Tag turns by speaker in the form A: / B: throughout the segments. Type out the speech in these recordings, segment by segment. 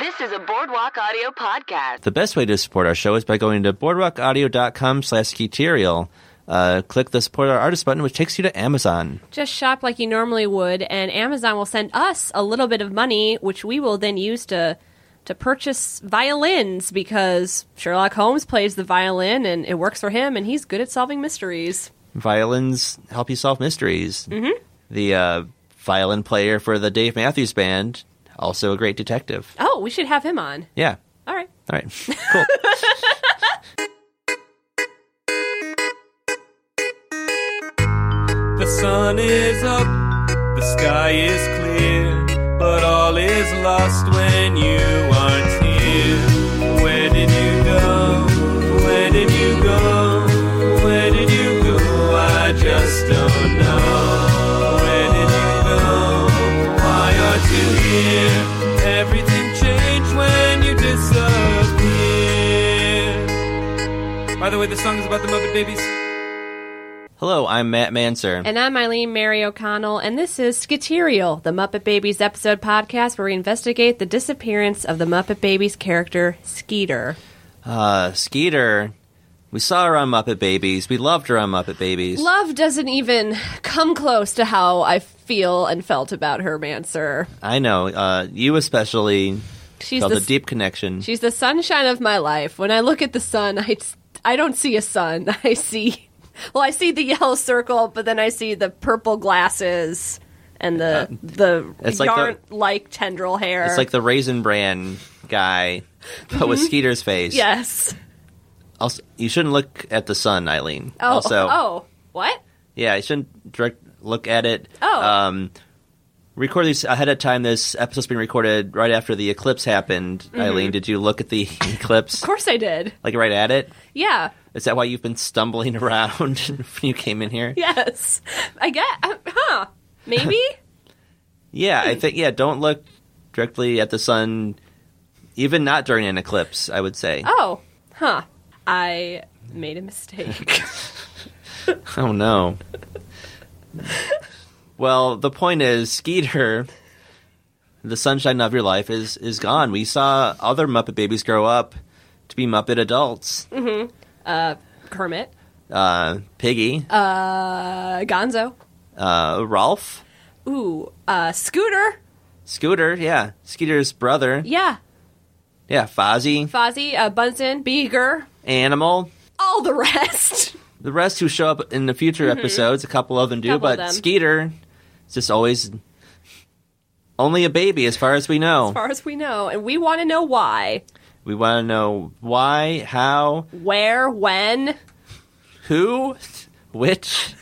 A: This is a Boardwalk Audio podcast.
B: The best way to support our show is by going to boardwalkaudio.com slash Keterial. Uh, click the support our artist button, which takes you to Amazon.
C: Just shop like you normally would, and Amazon will send us a little bit of money, which we will then use to to purchase violins because Sherlock Holmes plays the violin and it works for him, and he's good at solving mysteries.
B: Violins help you solve mysteries. Mm-hmm. The uh, violin player for the Dave Matthews Band, also a great detective.
C: Oh, we should have him on.
B: Yeah.
C: All right.
B: All right. Cool.
D: The sun is up, the sky is clear, but all is lost when you aren't here. Where did you go? Where did you go? Where did you go? I just don't know. Where did you go? Why aren't you here? Everything changed when you disappeared. By the way, the song is about the Muppet Babies.
B: Hello, I'm Matt Manser.
C: And I'm Eileen Mary O'Connell, and this is Skaterial, the Muppet Babies episode podcast where we investigate the disappearance of the Muppet Babies character Skeeter.
B: uh, Skeeter, we saw her on Muppet Babies. We loved her on Muppet Babies.
C: Love doesn't even come close to how I feel and felt about her, Manser.
B: I know. Uh, you especially
C: She's
B: felt
C: the,
B: a deep connection.
C: she's the sunshine of my life. When I look at the sun, I, I don't see a sun. I see, well, I see the yellow circle, but then I see the purple glasses and the the
B: it's like the-
C: yarn like tendril hair.
B: It's like the Raisin Bran guy, but with
C: Mm-hmm.
B: Skeeter's face.
C: yes.
B: Also, you shouldn't look at the sun, Eileen.
C: Oh,
B: Also,
C: oh, what?
B: yeah, you shouldn't direct look at it.
C: Oh.
B: Um, record these ahead of time. This episode's been recorded right after the eclipse happened. Eileen, did you look at the eclipse?
C: Mm-hmm. Of course I did.
B: Like right at it?
C: Yeah.
B: Is that why you've been stumbling around when you came in here?
C: Yes. I get. uh, Huh. Maybe.
B: Yeah, I think yeah. Don't look directly at the sun, even not during an eclipse. I would say.
C: oh. Huh. I made a mistake.
B: Oh no. well, the point is, Skeeter, the sunshine of your life, is is gone. We saw other Muppet babies grow up to be Muppet adults.
C: Kermit.
B: Uh, Piggy,
C: Uh, Gonzo.
B: uh, Rolf,
C: Ooh. Uh, Scooter.
B: Scooter, yeah, Skeeter's brother,
C: Yeah.
B: yeah, Fozzie,
C: Fozzie. Uh, Bunsen. Beaker.
B: Animal.
C: All the rest.
B: The rest who show up in the future episodes, a couple of them do,
C: Mm-hmm. Couple
B: but
C: of them.
B: Skeeter is just always only a baby, as far as we know.
C: As far as we know, and we want to know why,
B: We want to know why, how,
C: where, when,
B: who, which,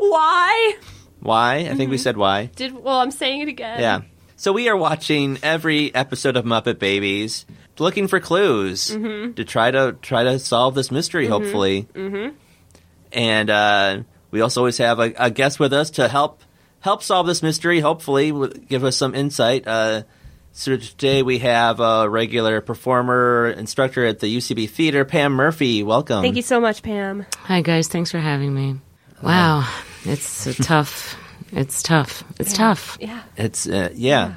C: why
B: why. I think
C: Mm-hmm.
B: we said why.
C: did. Well, I'm saying it again.
B: Yeah. So we are watching every episode of Muppet Babies, looking for clues to try to try to solve this mystery. Hopefully, mm-hmm. and uh, we also always have a, a guest with us to help help solve this mystery. Hopefully, w- give us some insight. Uh, so today we have a regular performer instructor at the UCB Theater, Pam Murphy. Welcome.
C: Thank you so much, Pam.
E: Hi guys, thanks for having me. Wow, it's a tough. It's tough. It's tough.
C: Yeah.
B: It's uh, yeah.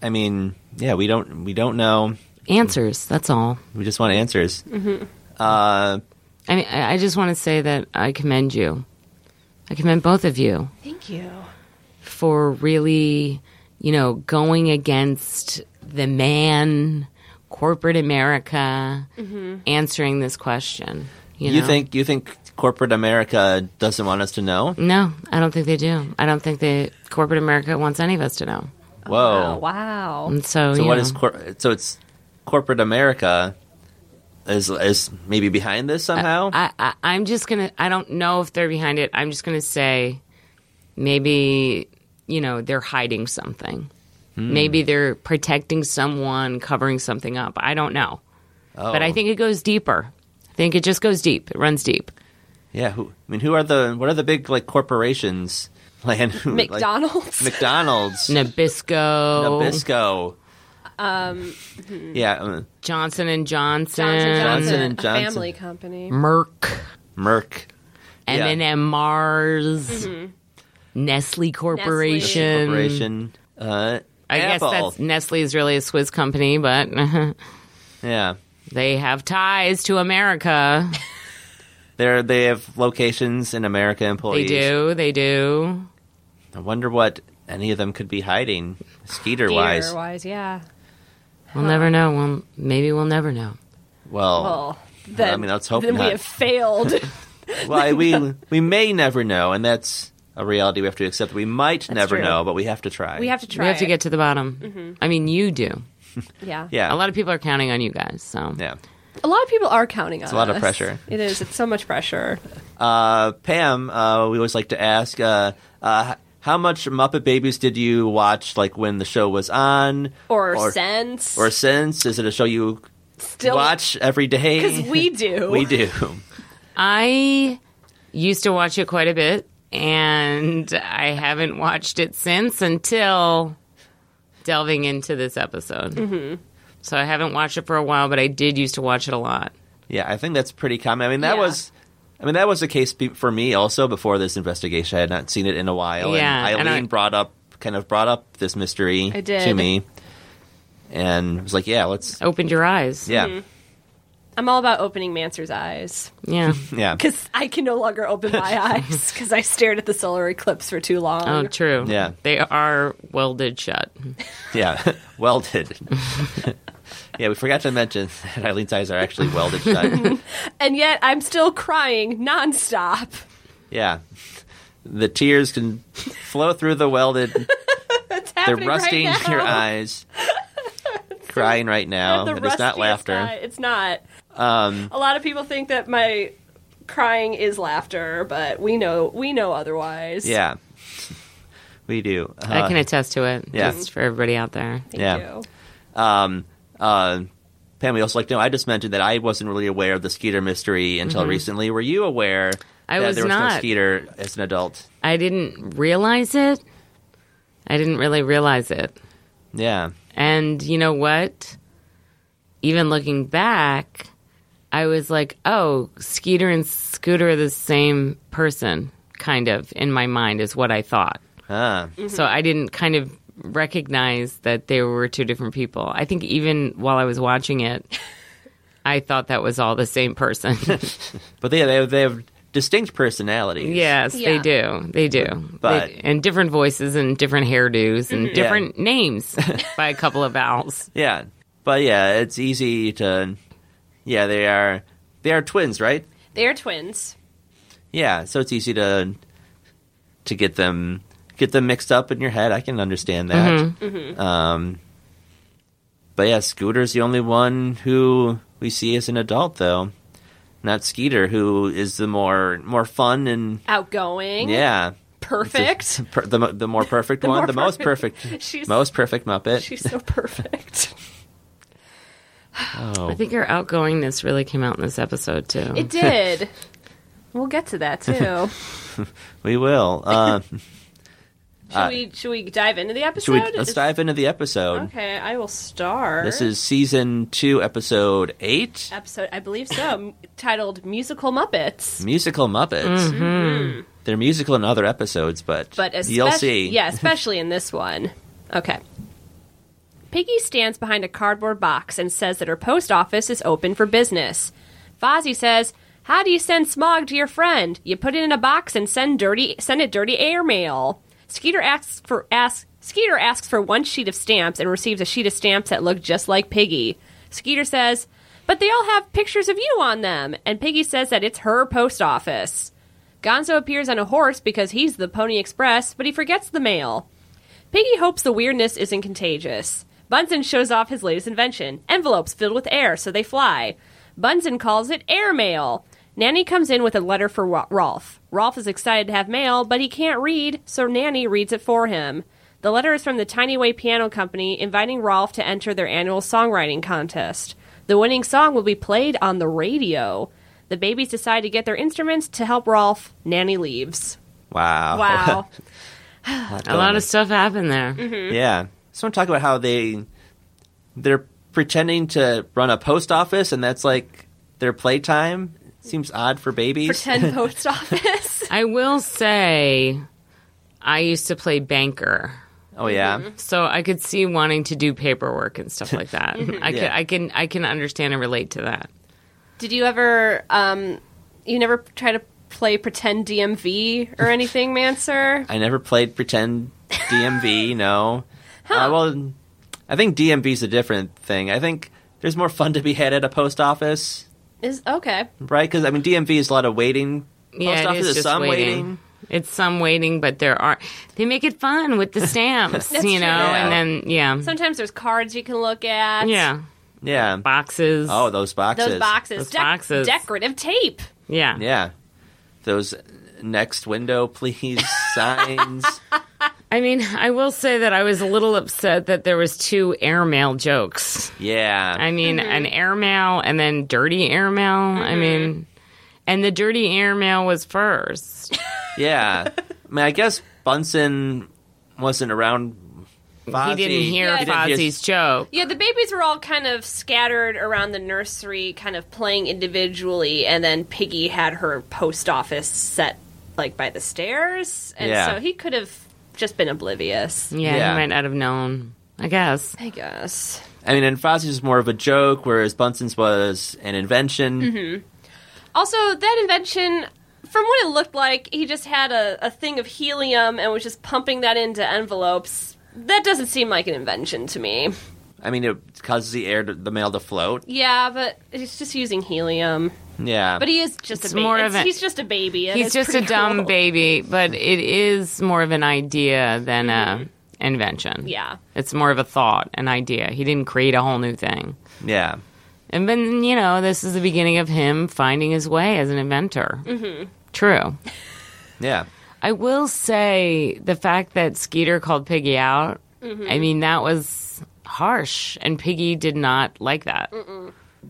B: I mean, yeah, we don't we don't know.
E: Answers. That's all.
B: We just want answers. Mm-hmm. Uh,
E: I mean, I I just want to say that I commend you. I commend both of you
C: Thank you.
E: for really, you know, going against the man, corporate America, answering this question. You,
B: Mm-hmm. you
E: know?
B: think you think corporate America doesn't want us to know?
E: No, I don't think they do. I don't think they corporate America wants any of us to know.
B: Whoa!
C: Oh, wow.
E: And so,
B: So
E: you
B: what
E: know,
B: is cor- so it's corporate America is is maybe behind this somehow?
E: I, I, I'm just gonna. I don't know if they're behind it. I'm just gonna say, maybe you know they're hiding something.
B: Hmm.
E: Maybe they're protecting someone, covering something up. I don't know,
B: oh.
E: but I think it goes deeper. I think it just goes deep. It runs deep.
B: yeah. Who, I mean, who are the what are the big like corporations? Land Mm, like,
C: McDonald's.
B: McDonald's,
E: Nabisco,
B: Nabisco. Um, yeah, uh,
E: Johnson and Johnson,
C: Johnson,
B: Johnson and
C: a
B: Johnson.
C: family company.
E: Merck,
B: Merck. Yeah.
E: M&M Mars, Nestle Corporation.
B: Corporation. Uh,
E: I
B: Apple.
E: guess that's Nestle is really a Swiss company, but
B: Yeah.
E: they have ties to America.
B: They're, they have locations in America
E: They
B: employees.
E: do. They do.
B: I wonder what any of them could be hiding, skeeter wise.
C: Gear wise, yeah.
E: We'll never know. Well, maybe we'll never know.
B: Well,
C: Well, then,
B: mean, let's hope
C: then
B: not.
C: we have failed.
B: well, we we may never know, and that's a reality we have to accept. We might never
C: true.
B: know, but we have to try.
C: we have to try.
E: We have to
C: it. Mm-hmm.
E: get to the bottom. I mean, you do.
C: yeah.
B: yeah,
E: A lot of people are counting on you guys. So
B: yeah.
C: A lot of people are counting on. It's
B: a lot of
C: us.
B: pressure.
C: It is. It's so much pressure.
B: Uh, Pam, uh, we always like to ask, uh, uh, h- how much Muppet Babies did you watch, like when the show was on,
C: Or,
B: or,
C: sense.
B: or since? Is it a show you
C: still
B: watch every day?
C: because we do.
B: we do.
E: I used to watch it quite a bit, and I haven't watched it since until delving into this episode. Mm-hmm. So I haven't watched it for a while, but I did used to watch it a lot.
B: Yeah, I think that's pretty common. I mean, that
C: Yeah.
B: was. I mean, that was the case be- for me also before this investigation. I had not seen it in a while.
E: Yeah,
B: and
E: and I-
B: Eileen brought up, kind of brought up this mystery
C: I did.
B: to me, and was like, "Yeah, let's."
E: Opened your eyes.
B: Yeah,
C: Mm-hmm. I'm all about opening Mancer's eyes
E: Yeah.
B: yeah,
C: because I can no longer open my eyes because I stared at the solar eclipse for too long.
E: Oh, true.
B: Yeah.
E: They are welded shut.
B: yeah. welded. yeah, we forgot to mention that Eileen's eyes are actually welded shut.
C: and yet I'm still crying nonstop.
B: yeah, the tears can flow through the welded.
C: It's
B: They're
C: happening
B: rusting
C: right now.
B: your eyes. Crying right now.
C: The
B: It is not
C: rustiest
B: laughter. Um,
C: eye. It's not. a lot of people think that my crying is laughter, but we know we know otherwise.
B: Yeah, we do.
E: I
B: Uh,
E: can attest to it.
B: yeah.
E: Just for everybody out there.
C: Thank
B: Yeah.
C: you.
B: Um, uh, Pam, we also like to know. I just mentioned that I wasn't really aware of the Skeeter mystery until recently. Were you aware
E: Mm-hmm. I
B: that
E: was
B: there was no
E: not.
B: Skeeter as an adult?
E: I didn't realize it. I didn't really realize it.
B: Yeah,
E: And you know what? Even looking back, I was like, oh, Skeeter and Scooter are the same person, kind of, in my mind, is what I thought.
B: huh.
E: So I didn't kind of recognize that they were two different people. I think even while I was watching it, I thought that was all the same person.
B: but they they have, they have distinct personalities.
E: yes,
C: Yeah.
E: they do. They do.
B: But-
E: They- and different voices and different hairdos and
B: Yeah.
E: different names by a couple of vowels.
B: yeah. But yeah, it's easy to. Yeah, they are they are twins, right?
C: They are twins.
B: Yeah, so it's easy to to get them get them mixed up in your head. I can understand that.
C: Mm-hmm.
B: Um, but yeah, Scooter's the only one who we see as an adult, though. Not Skeeter, who is the more more fun and
C: Outgoing.
B: yeah,
C: Perfect.
B: per, the mo- the more perfect
C: The
B: one,
C: more
B: the most
C: perfect.
B: perfect,
C: She's-
B: most perfect Muppet.
C: She's so perfect.
E: I
B: oh,
E: think her outgoingness really came out in this episode too.
C: It did. we'll get to that
B: Uh,
C: too.
B: we will. Uh,
C: Should we should we dive into the episode?
B: should we, let's
C: Is-
B: dive into the episode.
C: Okay, I will start.
B: This is season two, episode eight,
C: episode I believe so, m- titled Musical Muppets.
B: musical Muppets.
E: Mm-hmm.
B: They're musical in other episodes, but
C: Mm-hmm. But especially
B: you'll see.
C: Yeah, especially in this one. Okay. Piggy stands behind a cardboard box and says that her post office is open for business. Fozzie says, "How do you send smog to your friend? You put it in a box and send dirty send it dirty airmail." Skeeter asks for asks Skeeter asks for one sheet of stamps and receives a sheet of stamps that look just like Piggy. Skeeter says, "But they all have pictures of you on them." And Piggy says that it's her post office. Gonzo appears on a horse because he's the Pony Express, but he forgets the mail. Piggy hopes the weirdness isn't contagious. Bunsen shows off his latest invention envelopes filled with air so they fly. Bunsen calls it airmail. Nanny comes in with a letter for Wa- Rolf. Rolf is excited to have mail, but he can't read, so Nanny reads it for him. The letter is from the Tiny Way Piano Company inviting Rolf to enter their annual songwriting contest. The winning song will be played on the radio. The babies decide to get their instruments to help Rolf. Nanny leaves.
B: Wow.
C: Wow.
E: a lot of stuff happened there.
B: Yeah. So I'm talking about how they they're pretending to run a post office, and that's like their playtime. Seems odd for babies.
C: Pretend post office.
E: I will say, I used to play banker
B: Oh yeah.
C: Mm-hmm.
E: So I could see wanting to do paperwork and stuff like that. I can
B: Yeah.
E: I can I can understand and relate to that.
C: Did you ever, um, you never try to play pretend DMV or anything, Manser?
B: I never played pretend DMV. no. Uh, well, I think DMV's a different thing. I think there's more fun to be had at a post office,
C: Is okay.
B: right? Because I mean, DMV is a lot of waiting.
E: yeah,
B: post
E: it
B: office
E: is
B: is
E: just
B: some
E: waiting.
B: waiting.
E: It's some waiting, but there are they make it fun with the stamps, you know,
C: That's true.
E: and then yeah,
C: Sometimes there's cards you can look at.
E: yeah,
B: Yeah.
E: boxes.
B: Oh, those boxes.
C: Those boxes.
E: Those
C: Dec-
E: boxes.
C: Decorative tape.
E: yeah,
B: Yeah. Those next window, please signs.
E: I mean, I will say that I was a little upset that there was two airmail jokes.
B: Yeah.
E: I mean,
C: Mm-hmm.
E: an airmail and then dirty airmail. I mean, and the dirty airmail was first.
B: Yeah. I mean, I guess Bunsen wasn't around. Fozzie.
E: He didn't hear
C: He
B: didn't hear-
E: Fozzie's joke.
C: Yeah, the babies were all kind of scattered around the nursery, kind of playing individually, and then Piggy had her post office set like by the stairs, and
B: Yeah.
C: so he could have just been oblivious.
E: Yeah,
B: Yeah.
E: he might not have known. I guess.
C: I guess.
B: I mean, and Fozzie's was more of a joke, whereas Bunsen's was an invention.
E: Mm-hmm.
C: Also, that invention, from what it looked like, he just had a, a thing of helium and was just pumping that into envelopes. That doesn't seem like an invention to me.
B: I mean, it causes the air, to, the mail to float.
C: Yeah, but he's just using helium.
B: Yeah,
C: But he is just
E: It's
C: a baby.
E: more of a-
C: he's just a baby. and
E: He's
C: it's
E: just a
C: pretty
E: dumb
C: cool.
E: baby, but it is more of an idea than a invention.
C: Mm-hmm. Yeah.
E: It's more of a thought, an idea. He didn't create a whole new thing.
B: yeah,
E: And then, you know, this is the beginning of him finding his way as an inventor. Mm-hmm. True.
B: yeah,
E: I will say the fact that Skeeter called Piggy out,
C: Mm-hmm.
E: I mean, that was harsh, and Piggy did not like that.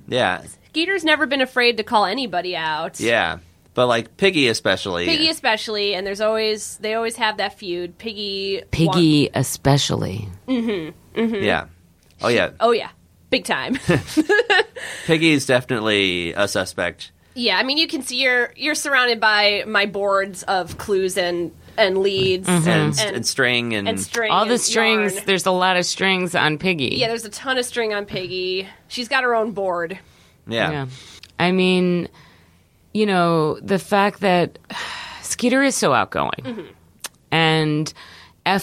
B: yeah,
C: Skeeter's never been afraid to call anybody out.
B: yeah. But like Piggy, especially.
C: Piggy especially, and there's always they always have that feud. Piggy, want-
E: Piggy, especially.
B: Yeah. Oh yeah,
C: oh yeah, big time.
E: oh.
B: Piggy's definitely a suspect.
C: yeah, I mean you can see you're you're surrounded by my boards of clues and and leads
E: Mm-hmm.
B: And,
C: And-
B: and, string and,
C: and string,
E: Mm. All the
C: and
E: strings,
C: yarn.
E: there's a lot of strings on Piggy.
C: Yeah, there's a ton of string on Piggy. She's got her own board.
B: yeah.
E: Yeah. I mean, you know, the fact that Skeeter is so outgoing
C: Mm-hmm.
E: and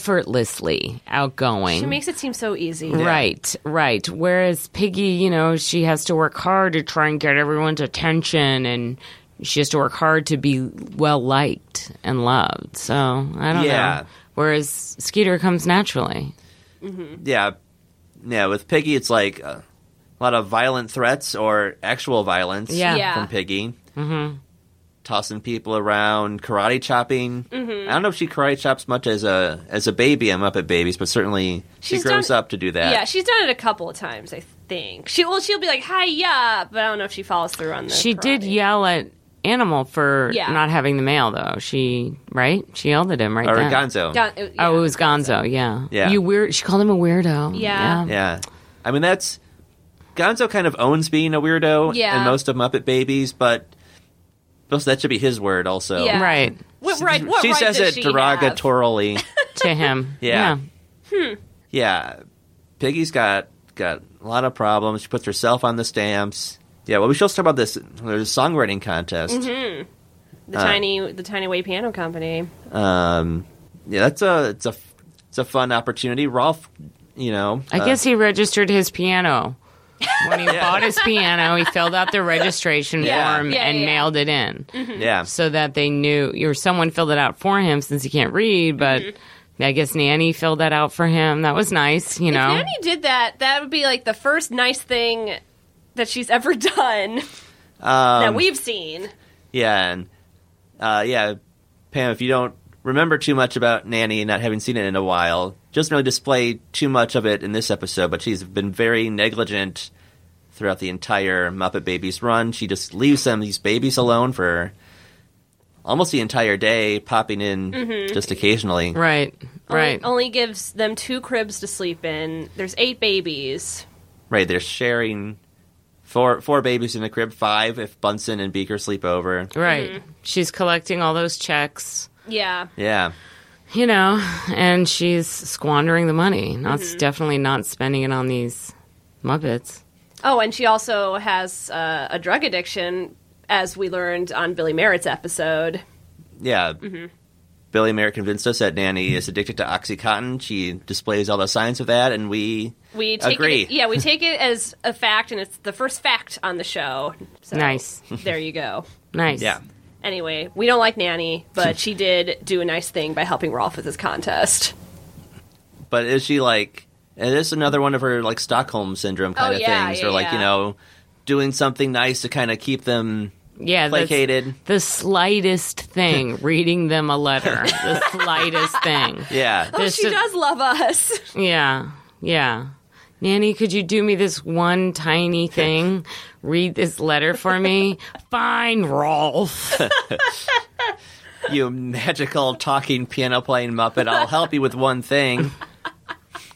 E: effortlessly outgoing.
C: She makes it seem so easy.
E: Right, right. Whereas Piggy, you know, she has to work hard to try and get everyone's attention and she has to work hard to be well liked and loved. So I don't
B: Yeah.
E: know. Whereas Skeeter comes naturally.
B: yeah, yeah. With Piggy, it's like uh, a lot of violent threats or actual violence.
E: Yeah.
C: Yeah.
B: from Piggy. Mm-hmm. Tossing people around, karate chopping. Mm-hmm. I don't know if she karate chops much as a as a baby. I'm up at babies, but certainly
C: She's
B: she grows
C: done-
B: up to do that.
C: Yeah, she's done it a couple of times, I think. She well, she'll be like, "Hi, yeah," but I don't know if she follows through on this.
E: She did yell at Animal for
C: Yeah.
E: not having the mail, though. She, right? She yelled at him right
B: or
E: then.
B: Gonzo.
C: uh,
E: Oh, it was Gonzo. Yeah.
B: Yeah.
E: You weird. She called him a weirdo.
C: Yeah.
B: Yeah, I mean that's Gonzo kind of owns being a weirdo
C: Yeah.
B: in most of Muppet Babies, but also that should be his word also.
C: Yeah.
E: Right
C: What right? What
B: she
C: right
B: says
C: does
B: it
C: she have?
B: derogatorily.
E: to him.
B: Yeah. yeah, Piggy's got got a lot of problems. She puts herself on the stamps. Yeah, well, we should also talk about this. There's a songwriting contest.
C: Mm-hmm. The tiny, the tiny way piano company.
B: Um, yeah, that's a it's a it's a fun opportunity. Rolf, you know,
E: I
B: uh,
E: guess he registered his piano. When he bought his piano, he filled out the registration
B: Yeah.
E: form
C: Yeah,
E: and
C: yeah, yeah.
E: mailed it in
B: yeah,
E: so that they knew or someone filled it out for him since he can't read, but I guess Nanny filled that out for him. That was nice, you know.
C: Mm-hmm. If Nanny did that, that would be like the first nice thing that she's ever done
B: Um,
C: that we've seen.
B: yeah, and uh, yeah, Pam, if you don't remember too much about Nanny and not having seen it in a while, she doesn't really display too much of it in this episode, but she's been very negligent throughout the entire Muppet Babies run. She just leaves them these babies alone for almost the entire day, popping in just occasionally.
E: right.
C: Only-
E: Right.
C: Only, gives them two cribs to sleep in. There's eight babies.
B: Right, they're sharing four four babies in a crib, five if Bunsen and Beaker sleep over.
C: Mm-hmm.
E: Right. She's collecting all those checks.
C: Yeah.
B: Yeah.
E: you know, and she's squandering the money. Not
C: Mm-hmm.
E: definitely not spending it on these Muppets.
C: Oh, and she also has uh, a drug addiction, as we learned on Billy Merritt's episode.
B: Yeah.
C: Mm-hmm.
B: Billy Mayer convinced us that Nanny is addicted to OxyContin. She displays all the signs of that, and we
C: We take
B: Agree.
C: It, yeah, we take it as a fact, and it's the first fact on the show. So,
E: Nice.
C: There you go.
E: Nice.
B: yeah.
C: Anyway, we don't like Nanny, but she did do a nice thing by helping Rolf with his contest.
B: But is she like? And this is another one of her like Stockholm syndrome kind
C: Oh,
B: of
C: yeah,
B: things,
C: yeah,
B: or like you
C: yeah.
B: know, doing something nice to kind of keep them
E: Yeah. that's
B: placated.
E: The slightest thing, reading them a letter. The slightest thing.
B: Yeah.
C: Oh,
E: This
C: she
E: is-
C: does love us.
E: Yeah. Yeah. Nanny, could you do me this one tiny thing? Read this letter for me? Fine, Rolf.
B: you magical talking piano playing muppet. I'll help you with one thing.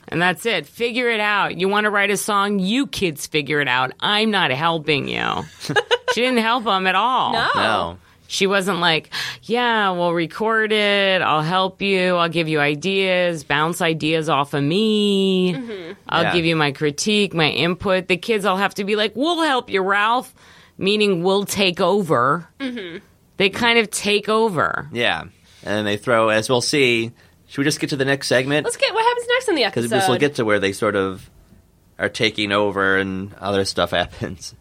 E: And that's it. Figure it out. You want to write a song? You kids figure it out. I'm not helping you. she didn't help him at all.
C: No.
B: No.
E: She wasn't like, yeah, we'll record it. I'll help you. I'll give you ideas, bounce ideas off of me. I'll
B: Yeah.
E: give you my critique, my input. The kids all have to be like, we'll help you, Ralph, meaning we'll take over. They kind of take over.
B: Yeah. And they throw, as we'll see. Should we just get to the next segment?
C: Let's get what happens next in the
B: Because
C: episode.
B: this will get to where they sort of are taking over and other stuff happens.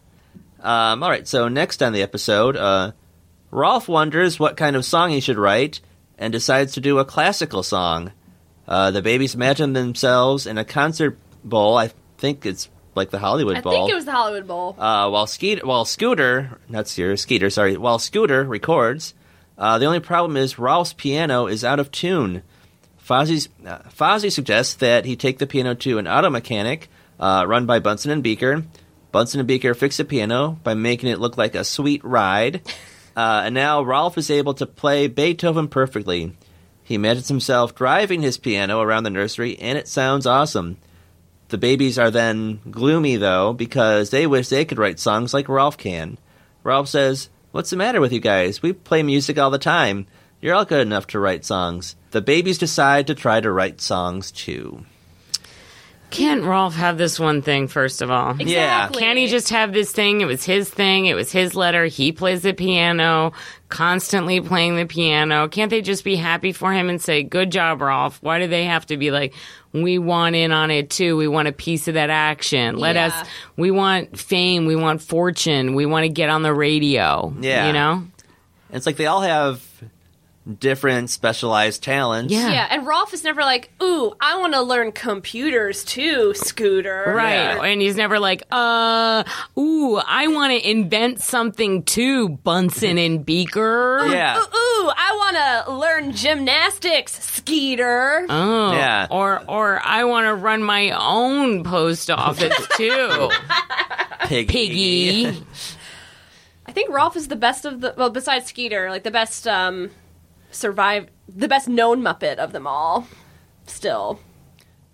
B: Um, all right, so next on the episode, uh, Rolf wonders what kind of song he should write and decides to do a classical song. Uh, the babies imagine themselves in a concert bowl. I think it's like the Hollywood
C: I
B: Bowl.
C: think it was the Hollywood Bowl.
B: Uh, while Skeet, while Scooter, not Scooter, Skeeter, sorry, while Scooter records, uh, the only problem is Ralph's piano is out of tune. Fozzie's, uh, Fozzie suggests that he take the piano to an auto mechanic uh, run by Bunsen and Beaker. Bunsen and Beaker fix the piano by making it look like a sweet ride. Uh, and now Ralph is able to play Beethoven perfectly. He imagines himself driving his piano around the nursery, and it sounds awesome. The babies are then gloomy, though, because they wish they could write songs like Ralph can. Ralph says, What's the matter with you guys? We play music all the time. You're all good enough to write songs. The babies decide to try to write songs too.
E: Can't Rolf have this one thing, first of all?
B: Yeah.
C: Exactly.
E: Can't he just have this thing? It was his thing. It was his letter. He plays the piano, constantly playing the piano. Can't they just be happy for him and say, Good job, Rolf? Why do they have to be like, We want in on it too. We want a piece of that action. Let
C: Yeah.
E: us, we want fame. We want fortune. We want to get on the radio.
B: Yeah.
E: You know?
B: And it's like they all have different specialized talents.
E: Yeah.
C: Yeah, and Rolf is never like, "Ooh, I want to learn computers too, Scooter."
E: Right.
B: Yeah.
E: And he's never like, uh, ooh, I want to invent something too, Bunsen and Beaker.
B: Yeah.
C: Ooh, ooh, I want to learn gymnastics, Skeeter.
B: Uh.
E: Oh,
B: Yeah.
E: Or or I want to run my own post office too,
B: Piggy.
E: Piggy.
C: I think Rolf is the best of the well, besides Skeeter, like the best um survive the best known Muppet of them all. Still,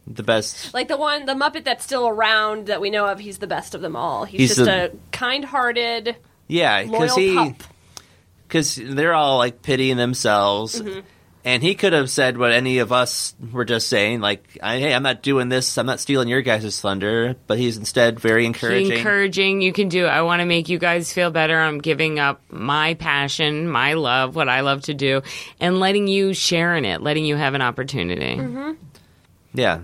B: The best.
C: like the one, the Muppet that's still around that we know of, he's the best of them all. He's,
B: He's
C: just
B: the-
C: a kind-hearted,
B: Yeah, because
C: loyal
B: he.
C: pup.
B: Because they're all like pitying themselves.
C: Mm-hmm.
B: And he could have said what any of us were just saying, like, I, "Hey, I'm not doing this. I'm not stealing your guys' thunder." But he's instead very encouraging.
E: Encouraging. You can do. it. I want to make you guys feel better. I'm giving up my passion, my love, what I love to do, and letting you share in it, letting you have an opportunity.
B: yeah,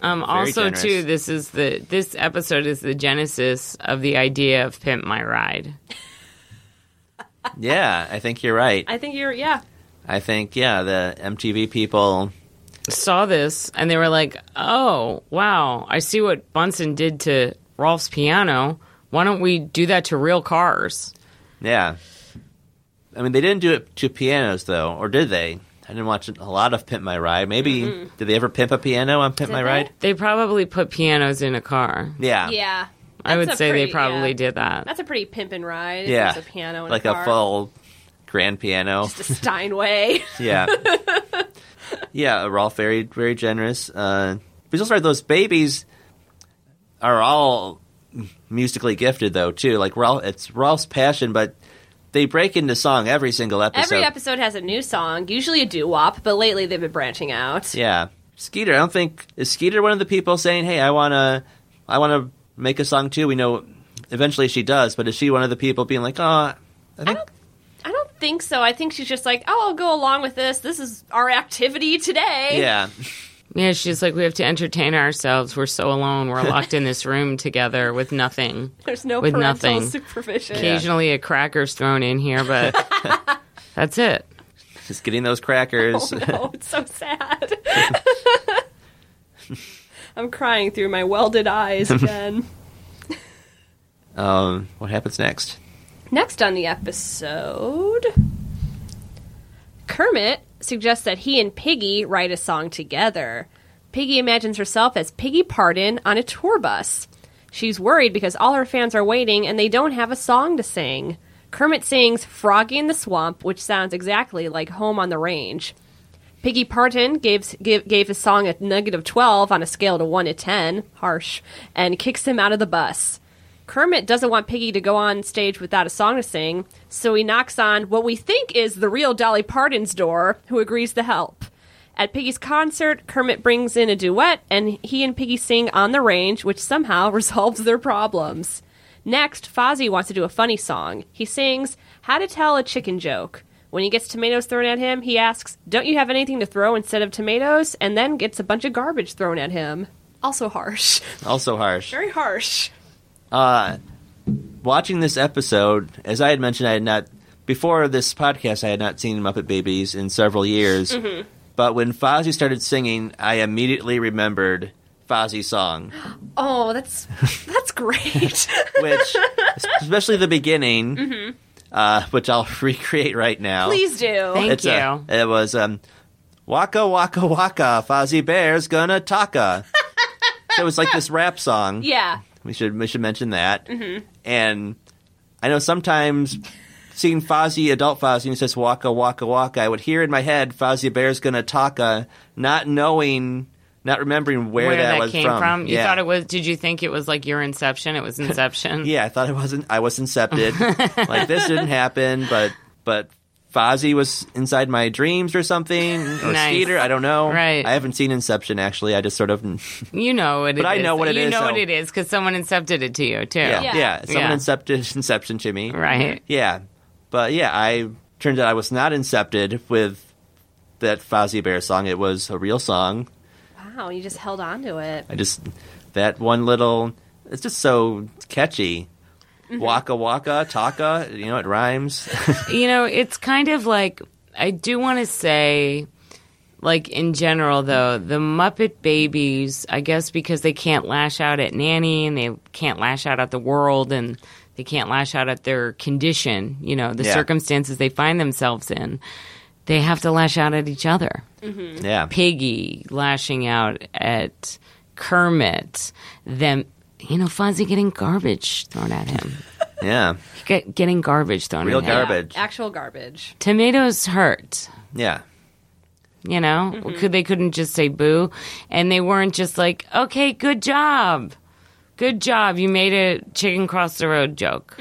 E: Um, also,
B: generous.
E: too, this is the this episode is the genesis of the idea of pimp my ride.
B: yeah. I think you're right.
C: I think you're, yeah.
B: I think yeah, the MTV people.
E: saw this and they were like, "Oh, wow! I see what Bunsen did to Rolf's piano. Why don't we do that to real cars?"
B: Yeah, I mean they didn't do it to pianos though, or did they? I didn't watch a lot of Pimp My Ride. Maybe did they ever pimp a piano on Pimp
C: Mm-hmm. Did
B: My
C: they?
B: Ride?
E: They probably put pianos in a car.
B: Yeah,
C: Yeah.
E: I
C: That's
E: would
C: a
E: say
C: pretty-
E: they probably
C: yeah.
E: did that.
C: That's a pretty pimpin' ride.
B: Yeah.
C: There's a piano and
B: like
C: a,
B: a
C: car.
B: full grand piano.
C: Just a Steinway.
B: Yeah. yeah, Rolf very very generous. Uh but also those babies are all musically gifted though too. Like Rolf it's Rolf's passion, but they break into song every single episode.
C: Every episode has a new song, usually a doo wop, but lately they've been branching out.
B: Yeah, Skeeter. I don't think is Skeeter one of the people saying, "Hey, I wanna, I wanna make a song too." We know eventually she does, but is she one of the people being like, "Oh, I think
C: I don't think so. I think she's just like, oh, I'll go along with this. This is our activity today.
B: yeah,
E: Yeah, she's like, we have to entertain ourselves. We're so alone. We're locked in this room together with nothing.
C: There's no
E: With
C: parental
E: nothing.
C: supervision.
B: Yeah.
E: Occasionally a cracker's thrown in here, but that's it.
B: just getting those crackers."
C: Oh, no, it's so sad. I'm crying through my welded eyes again.
B: um, what happens next?
C: Next on the episode, Kermit suggests that he and Piggy write a song together. Piggy imagines herself as Piggy Pardon on a tour bus. She's worried because all her fans are waiting and they don't have a song to sing. Kermit sings Froggy in the Swamp, which sounds exactly like Home on the Range. Piggy Parton gave, gave, gave his song a negative 12 on a scale to 1 to 10, harsh, and kicks him out of the bus. Kermit doesn't want Piggy to go on stage without a song to sing, so he knocks on what we think is the real Dolly Parton's door, who agrees to help. At Piggy's concert, Kermit brings in a duet, and he and Piggy sing On the Range, which somehow resolves their problems. Next, Fozzie wants to do a funny song. He sings How to Tell a Chicken Joke. When he gets tomatoes thrown at him, he asks, Don't you have anything to throw instead of tomatoes? and then gets a bunch of garbage thrown at him. Also harsh.
B: Also harsh.
C: Very harsh.
B: Uh, watching this episode, as I had mentioned, I had not before this podcast. I had not seen Muppet Babies in several years.
C: Mm-hmm.
B: But when Fozzie started singing, I immediately remembered Fozzie's song,
C: Oh, that's that's great.
B: which, especially the beginning, uh, which I'll recreate right now.
C: Mm-hmm. Please do.
E: Thank
B: It's a- it was um, Waka Waka Waka, Fozzie Bear's gonna taka. so it was like this rap song.
C: yeah.
B: We should we should mention that.
E: Mm-hmm.
B: And I know sometimes seeing Fozzie, adult Fozzie, and he says "waka waka waka," I would hear in my head Fozzie Bear's gonna taka, not knowing, not remembering where,
E: Where that
B: was
E: came
B: from.
E: from? You
B: yeah.
E: thought it was? Did you think it was like your inception? It was inception.
B: Yeah, I thought it wasn't. I was incepted. like this didn't happen, but but Fozzie was inside my dreams or something, or
E: Nice.
B: Skeeter. I don't know.
E: Right.
B: I haven't seen Inception actually. I just sort of
E: You know what it is.
B: But I know what it
E: you
B: is,
E: know
B: so-
E: what it is because someone incepted it to you, too.
B: yeah
C: Yeah.
B: yeah. someone
E: Yeah.
B: incepted Inception to me.
E: Right.
B: Yeah, but yeah, I turns out I was not incepted with that Fozzie Bear song. It was a real song.
C: Wow, you just held on to it.
B: I just that one little. It's just so catchy.
E: Mm-hmm.
B: Waka waka taka. You know it rhymes.
E: You know, it's kind of like I do want to say, like in general, though, the Muppet Babies, I guess because they can't lash out at Nanny and they can't lash out at the world and they can't lash out at their condition, you know, the
B: Yeah.
E: circumstances they find themselves in, they have to lash out at each other. Mm-hmm.
B: yeah,
E: Piggy lashing out at Kermit, them, you know, Fonzie getting garbage thrown at him.
B: yeah,
E: Get, getting garbage thrown
B: Real
E: at him.
B: gar- Garbage.
C: Yeah, actual garbage.
E: Tomatoes hurt.
B: yeah.
E: You know, could they couldn't just say boo, and they weren't just like, okay, good job, good job, you made a chicken cross the road joke,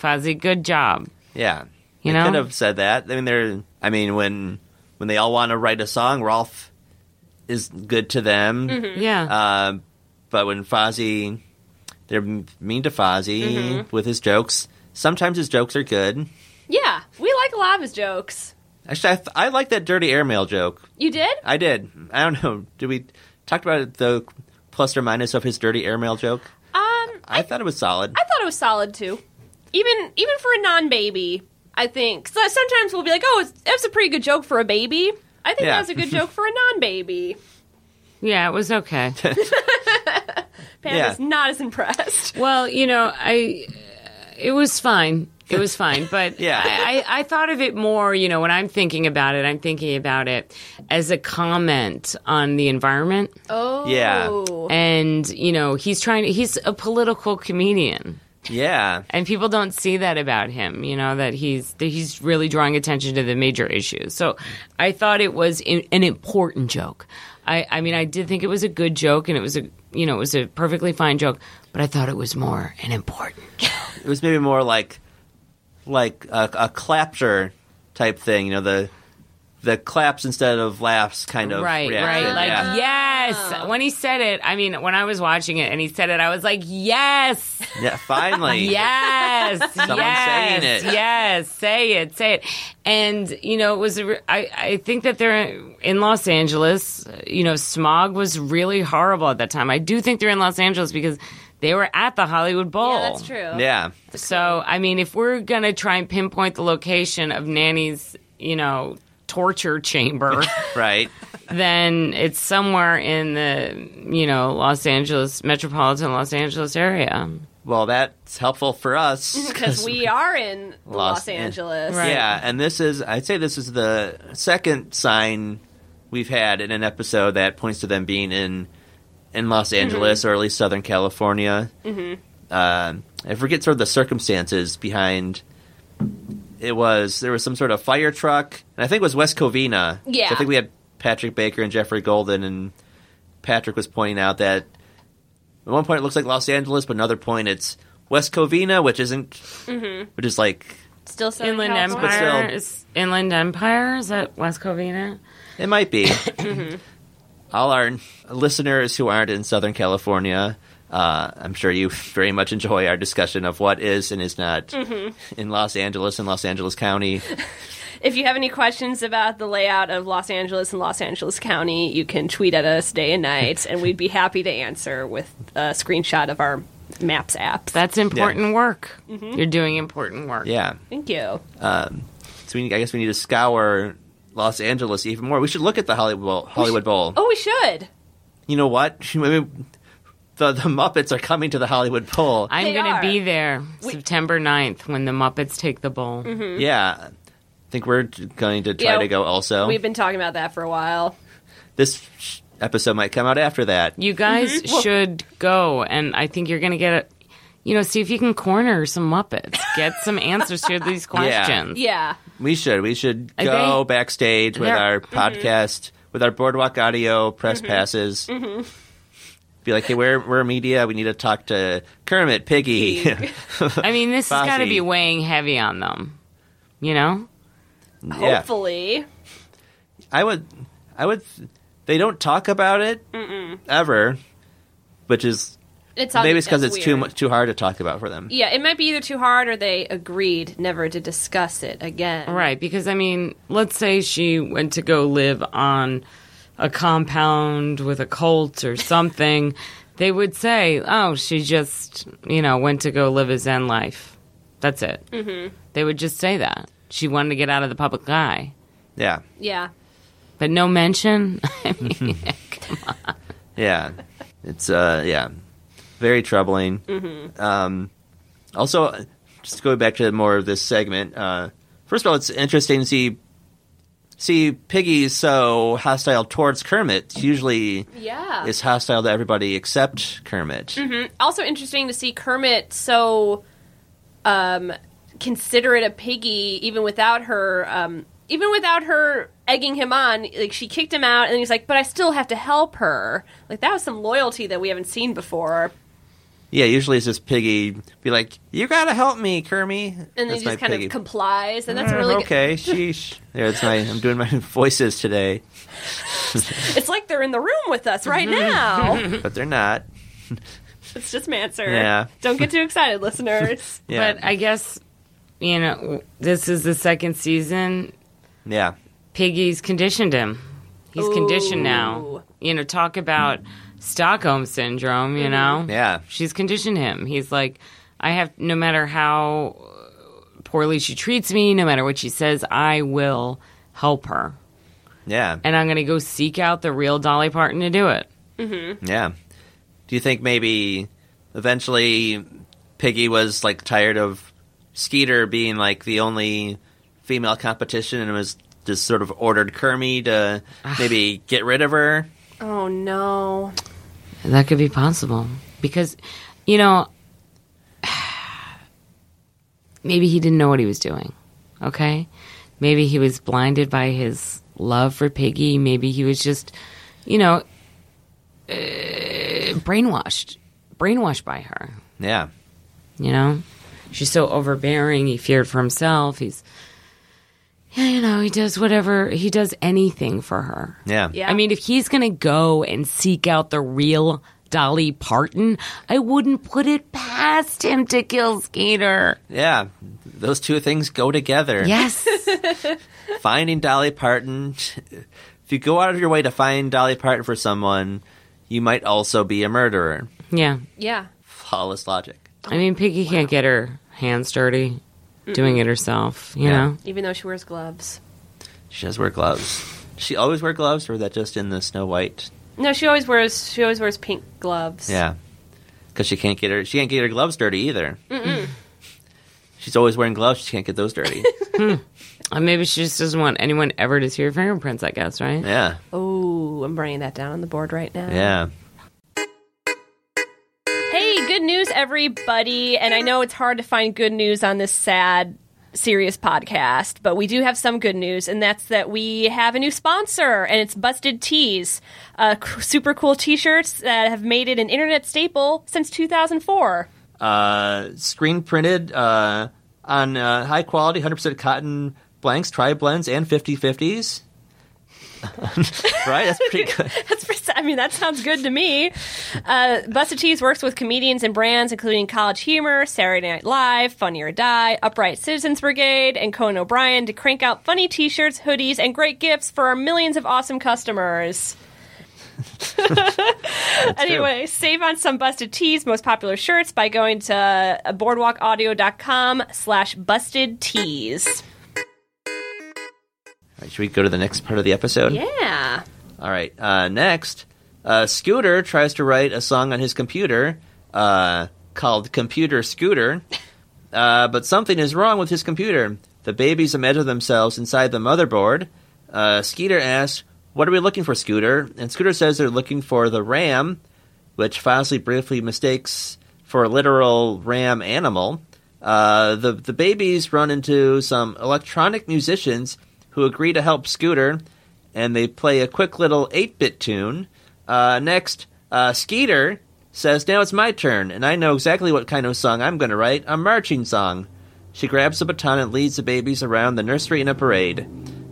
E: Fozzie, good job.
B: Yeah,
E: You
B: they
E: know?
B: could have said that. I mean, they're. I mean, when when they all want to write a song, Rolf is good to them.
E: Mm-hmm. Yeah,
B: Um, but when Fozzie, they're m- mean to Fozzie
E: Mm-hmm.
B: with his jokes. Sometimes his jokes are good.
C: Yeah, we like a lot of his jokes.
B: Actually, I, th- I like that dirty airmail joke.
C: You did?
B: I did. I don't know. Did we talked about the plus or minus of his dirty airmail joke?
C: Um,
B: I, thought it was solid.
C: I thought it was solid too. Even even for a non-baby, I think. So sometimes we'll be like, "Oh, it's- that's a pretty good joke for a baby." I think
B: Yeah.
C: that was a good joke for a non-baby.
E: yeah, it was okay.
C: Pam
B: Yeah.
C: is not as impressed.
E: Well, you know, I it was fine. It was fine, but
B: Yeah.
E: I, I, I thought of it more. You know, when I'm thinking about it, I'm thinking about it as a comment on the environment,
C: Oh,
B: Yeah.
E: and you know, he's trying. To, he's a political comedian.
B: yeah,
E: and people don't see that about him you know that he's that he's really drawing attention to the major issues so i thought it was in, an important joke I, I mean i did think it was a good joke and it was a you know it was a perfectly fine joke but i thought it was more an important joke.
B: it was maybe more like like a, a clapture type thing. You know the the claps instead of laughs kind of
E: right,
B: reaction.
E: right. Like,
B: yeah.
C: Oh.
E: yes. When he said it, I mean, when I was watching it and he said it, I was like, yes,
B: Yeah, finally,
E: yes,
B: Someone
E: yes,
B: saying it.
E: yes, say it, say it. And, you know, it was, a re- I, I think that they're in Los Angeles, you know, smog was really horrible at that time. I do think they're in Los Angeles because they were at the Hollywood Bowl.
C: Yeah, that's true.
B: yeah.
E: So, I mean, if we're going to try and pinpoint the location of Nanny's, you know, torture chamber,
B: right.
E: then it's somewhere in the, you know, Los Angeles, metropolitan Los Angeles area.
B: Well, that's helpful for us
C: Because we are in
B: Los-
C: Los, Angeles.
E: Right.
B: Yeah, and this is I'd say this is the second sign we've had in an episode that points to them being in in Los Angeles or at least Southern California. Mm-hmm. I forget sort of the circumstances behind. It was there was some sort of fire truck, and I think it was West Covina.
C: Yeah.
B: So I think we had Patrick Baker and Jeffrey Golden, and Patrick was pointing out that at one point it looks like Los Angeles, but another point it's West Covina, which isn't, which is like
C: Still Southern
E: Inland
C: California.
E: Empire.
B: still-
E: Is Inland Empire? Is that West Covina?
B: It might be.
C: Mm-hmm.
B: All our listeners who aren't in Southern California, uh, I'm sure you very much enjoy our discussion of what is and is not
C: Mm-hmm.
B: in Los Angeles and Los Angeles County.
C: If you have any questions about the layout of Los Angeles and Los Angeles County, you can tweet at us day and night, and we'd be happy to answer with a screenshot of our maps app.
E: That's important work.
C: Mm-hmm.
E: You're doing important work.
B: Yeah.
C: Thank you.
B: So we, I guess we need to scour Los Angeles even more. We should look at the Hollywood Bowl. Hollywood Bowl.
C: Oh, we should.
B: You know what? I mean, the, the Muppets are coming to the Hollywood Bowl.
E: I'm
C: They
E: going to
C: are.
E: be there September 9th when the Muppets take the bowl.
C: Mm-hmm.
B: Yeah. I think we're going to try
C: Yeah,
B: to go also.
C: We've been talking about that for a while.
B: This episode might come out after that.
E: You guys
C: Mm-hmm.
E: should go, and I think you're going to get a, you know, see if you can corner some Muppets, get some answers to these questions.
C: Yeah.
B: We should. We should
E: I
B: go
E: think-
B: backstage with
E: There- Mm-hmm.
B: our podcast, with our Boardwalk Audio press passes.
E: Mm-hmm.
B: Be like, hey, we're, we're media. We need to talk to Kermit, Piggy.
E: I mean, this has got to
B: Fozzie.
E: be weighing heavy on them, you know?
B: yeah.
C: Hopefully.
B: I would. I would. They don't talk about it ever, which is
C: It's
B: maybe it's because it's too
C: weird.
B: much too hard to talk about for them.
C: Yeah, it might be either too hard or they agreed never to discuss it again.
E: Right, because I mean, let's say she went to go live on a compound with a cult or something. they would say, oh, she just, you know, went to go live a Zen life. That's it. Mm-hmm. They would just say that. She wanted to get out of the public eye.
B: Yeah.
C: Yeah.
E: But no mention.
B: Yeah, it's uh, yeah, very troubling. Mm-hmm. Um, also, just going back to more of this segment. Uh, first of all, it's interesting to see see Piggy so hostile towards Kermit. She Usually,
C: Yeah.
B: is hostile to everybody except Kermit.
C: also interesting to see Kermit so um considerate of Piggy even without her um even without her egging him on, like she kicked him out and he's like, But I still have to help her. Like that was some loyalty that we haven't seen before.
B: Yeah, usually it's just Piggy be like, "You gotta help me, Kermit."
C: And then
B: That's
C: he
B: my
C: just kind
B: Piggy. Oh,
C: of complies and that's
B: Mm.
C: a really good
B: okay. Sheesh. There, it's my. I'm doing my voices today,
C: it's like they're in the room with us right now.
B: but they're not.
C: it's just Manser.
B: Yeah.
C: Don't get too excited, listeners.
B: Yeah,
E: But I guess, you know, this is the second season.
B: yeah.
E: Piggy's conditioned him. He's conditioned now.
C: Ooh.
E: You know, talk about Stockholm syndrome, you know?
B: Yeah.
E: She's conditioned him. He's like, I have, no matter how poorly she treats me, no matter what she says, I will help her.
B: Yeah.
E: And I'm going to go seek out the real Dolly Parton to do it.
B: Yeah. Do you think maybe eventually Piggy was like tired of Skeeter being like the only female competition and was just sort of ordered Kermie to maybe get rid of her?
C: Oh no.
E: That could be possible because, you know, maybe he didn't know what he was doing. Okay, maybe he was blinded by his love for Piggy. Maybe he was just, you know, uh, brainwashed, brainwashed by her.
B: Yeah.
E: You know, she's so overbearing. He feared for himself. He's, yeah, you know, he does whatever, he does anything for her.
B: Yeah.
C: Yeah.
E: I mean, if he's going to go and seek out the real Dolly Parton, I wouldn't put it past him to kill Skeeter.
B: Yeah. Those two things go together.
E: Yes.
B: Finding Dolly Parton. If you go out of your way to find Dolly Parton for someone, you might also be a murderer.
E: yeah.
C: Yeah.
B: Flawless logic.
E: I mean, Piggy can't get her hands dirty doing it herself, you
B: Yeah.
E: know?
C: Even though she wears gloves.
B: She does wear gloves. She always wear gloves, or was that just in the Snow White?
C: No, she always wears she always wears pink gloves.
B: Yeah, because she can't get her she can't get her gloves dirty either. She's always wearing gloves. She can't get those dirty.
E: Uh, maybe she just doesn't want anyone ever to see her fingerprints, I guess, right?
B: yeah,
C: Oh, I'm bringing that down on the board right now.
B: yeah.
C: Hey, good news, everybody. And I know it's hard to find good news on this sad, serious podcast, but we do have some good news, and that's that we have a new sponsor, and it's Busted Tees. Uh, c- super cool t shirts that have made it an internet staple since 2004.
B: Uh, screen printed uh, on uh, high quality, hundred percent cotton blanks, tri blends, and 50-50s. right, that's pretty good.
C: That's pres- I mean, that sounds good to me. Uh, Busted Tees works with comedians and brands, including College Humor, Saturday Night Live, Funny or Die, Upright Citizens Brigade, and Conan O'Brien to crank out funny t shirts, hoodies, and great gifts for our millions of awesome customers. anyway, save on some Busted Tees most popular shirts by going to boardwalkaudio.com slash busted tees.
B: Right, should we go to the next part of the episode?
C: Yeah.
B: All right. Uh, next, uh, Scooter tries to write a song on his computer uh, called Computer Scooter, uh, but something is wrong with his computer. The babies imagine themselves inside the motherboard. Uh, Skeeter asks, What are we looking for, Scooter? And Scooter says they're looking for the ram, which Fosley briefly mistakes for a literal ram animal. Uh, the, the babies run into some electronic musicians who agree to help Scooter and they play a quick little 8 bit tune. Uh, next, uh, Skeeter says, Now it's my turn, and I know exactly what kind of song I'm going to write a marching song. She grabs a baton and leads the babies around the nursery in a parade.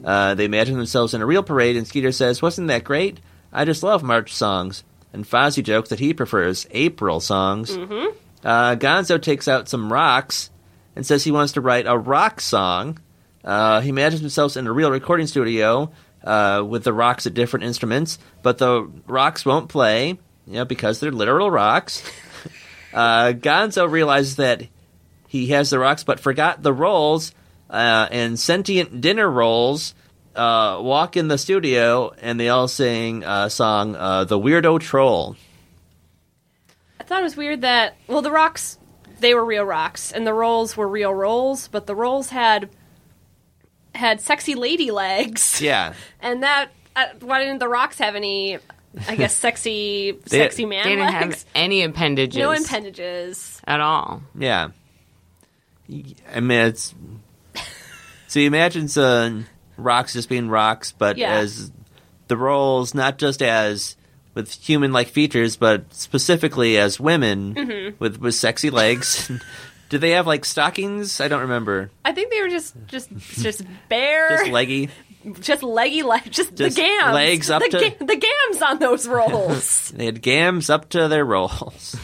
B: Uh, they imagine themselves in a real parade, and Skeeter says, Wasn't that great? I just love march songs. And Fozzie jokes that he prefers April songs. Uh, Gonzo takes out some rocks and says he wants to write a rock song. Uh, he imagines himself in a real recording studio uh, with the rocks at different instruments, but the rocks won't play, you know, because they're literal rocks. uh, Gonzo realizes that he has the rocks, but forgot the rolls, uh, and sentient dinner rolls uh, walk in the studio, and they all sing a song, uh, "The Weirdo Troll."
C: I thought it was weird that well, the rocks they were real rocks, and the rolls were real rolls, but the rolls had had sexy lady legs,
B: Yeah,
C: and that uh, why didn't the rocks have any? I guess sexy,
B: They-
C: sexy man
E: They didn't
C: legs,
E: have any appendages
C: no appendages.
E: at all.
B: Yeah. I mean, it's. So he imagines uh, rocks just being rocks, but
C: Yeah.
B: as the roles, not just as with human like features, but specifically as women with, with sexy legs. Do they have like stockings? I don't remember.
C: I think they were just, just, just bare,
B: Just leggy.
C: just leggy, leg, just,
B: Just
C: the gams,
B: legs up
C: the,
B: to-
C: ga- the gams on those rolls.
B: They had gams up to their rolls.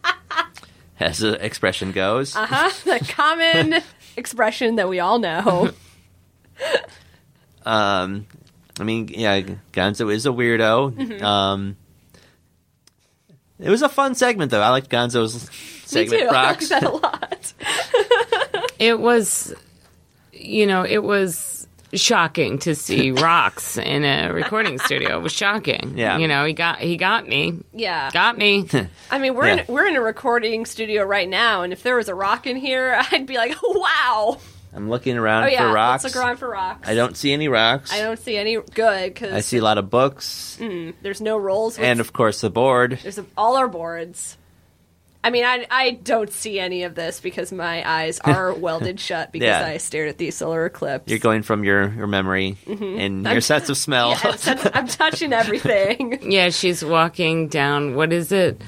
B: as the expression goes.
C: huh? Uh-huh. The common expression that we all know.
B: Um, I mean, yeah, Gonzo is a weirdo. Um, it was a fun segment, though. I liked Gonzo's
C: Me
B: segment.
C: too. I like
B: Rocks.
C: that a lot.
E: It was, you know, it was shocking to see rocks in a recording studio. It was shocking.
B: Yeah.
E: You know, he got he got me.
C: Yeah.
E: Got me.
C: I mean, we're
B: Yeah.
C: in, we're in a recording studio right now, and if there was a rock in here, I'd be like, "Wow!"
B: I'm looking around
C: Oh yeah,
B: for rocks.
C: let's look around for rocks.
B: I don't see any rocks.
C: I don't see any good
B: I
C: because
B: see a lot of books,
C: there's no rolls. With,
B: and of course the board.
C: there's all our boards. I mean, I I don't see any of this because my eyes are welded shut because
B: Yeah.
C: I stared at these solar eclipse.
B: You're going from your your memory and your sense of smell.
C: Yeah, I'm, touch- I'm touching everything.
E: Yeah, she's walking down. What is it?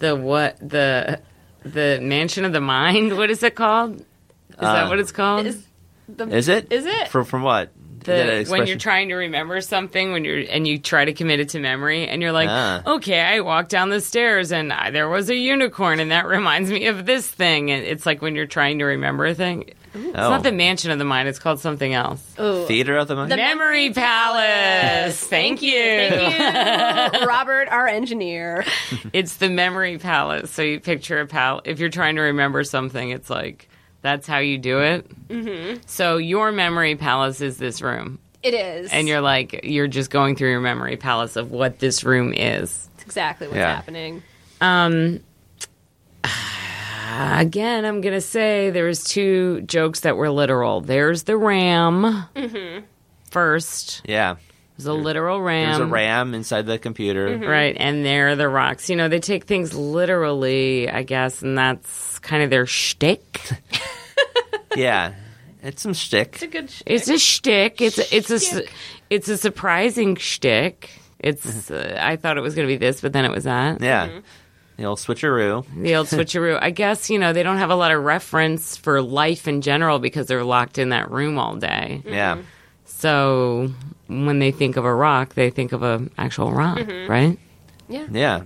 E: The what? The the mansion of the mind. What is it called? Is
B: Uh,
E: that what it's called?
C: is the,
B: Is it?
C: Is it?
B: From from what? Is that an
E: the, when you're
B: expression?
E: trying to remember something when you're and you try to commit it to memory and you're like
B: Ah.
E: okay i walked down the stairs and I, there was a unicorn and that reminds me of this thing and it's like when you're trying to remember a thing it's
B: Oh.
E: not the mansion of the mind it's called something else
C: oh.
B: theater of the mind.
C: The-
E: memory palace thank you
C: Thank you, Robert, our engineer.
E: it's the memory palace so you picture a pal if you're trying to remember something it's like that's how you do it mm-hmm. so your memory palace is this room
C: It is,
E: and you're like you're just going through your memory palace of what this room is
C: That's exactly what's
B: Yeah.
C: happening.
E: um again i'm gonna say there's two jokes that were literal there's the ram first
B: yeah,
E: there's a literal
B: there's
E: ram
B: a RAM inside the computer.
E: right and there are the rocks you know they take things literally i guess and that's kind of their shtick
B: Yeah, it's some shtick.
C: Good. sh-
E: It's a shtick. It's a, it's a su- it's a surprising shtick. It's uh, I thought it was going to be this, but then it was that.
B: Yeah, the old switcheroo.
E: The old switcheroo. I guess you know they don't have a lot of reference for life in general because they're locked in that room all day.
B: Yeah,
E: So when they think of a rock, they think of a actual rock,
B: Mm-hmm.
E: right?
B: yeah,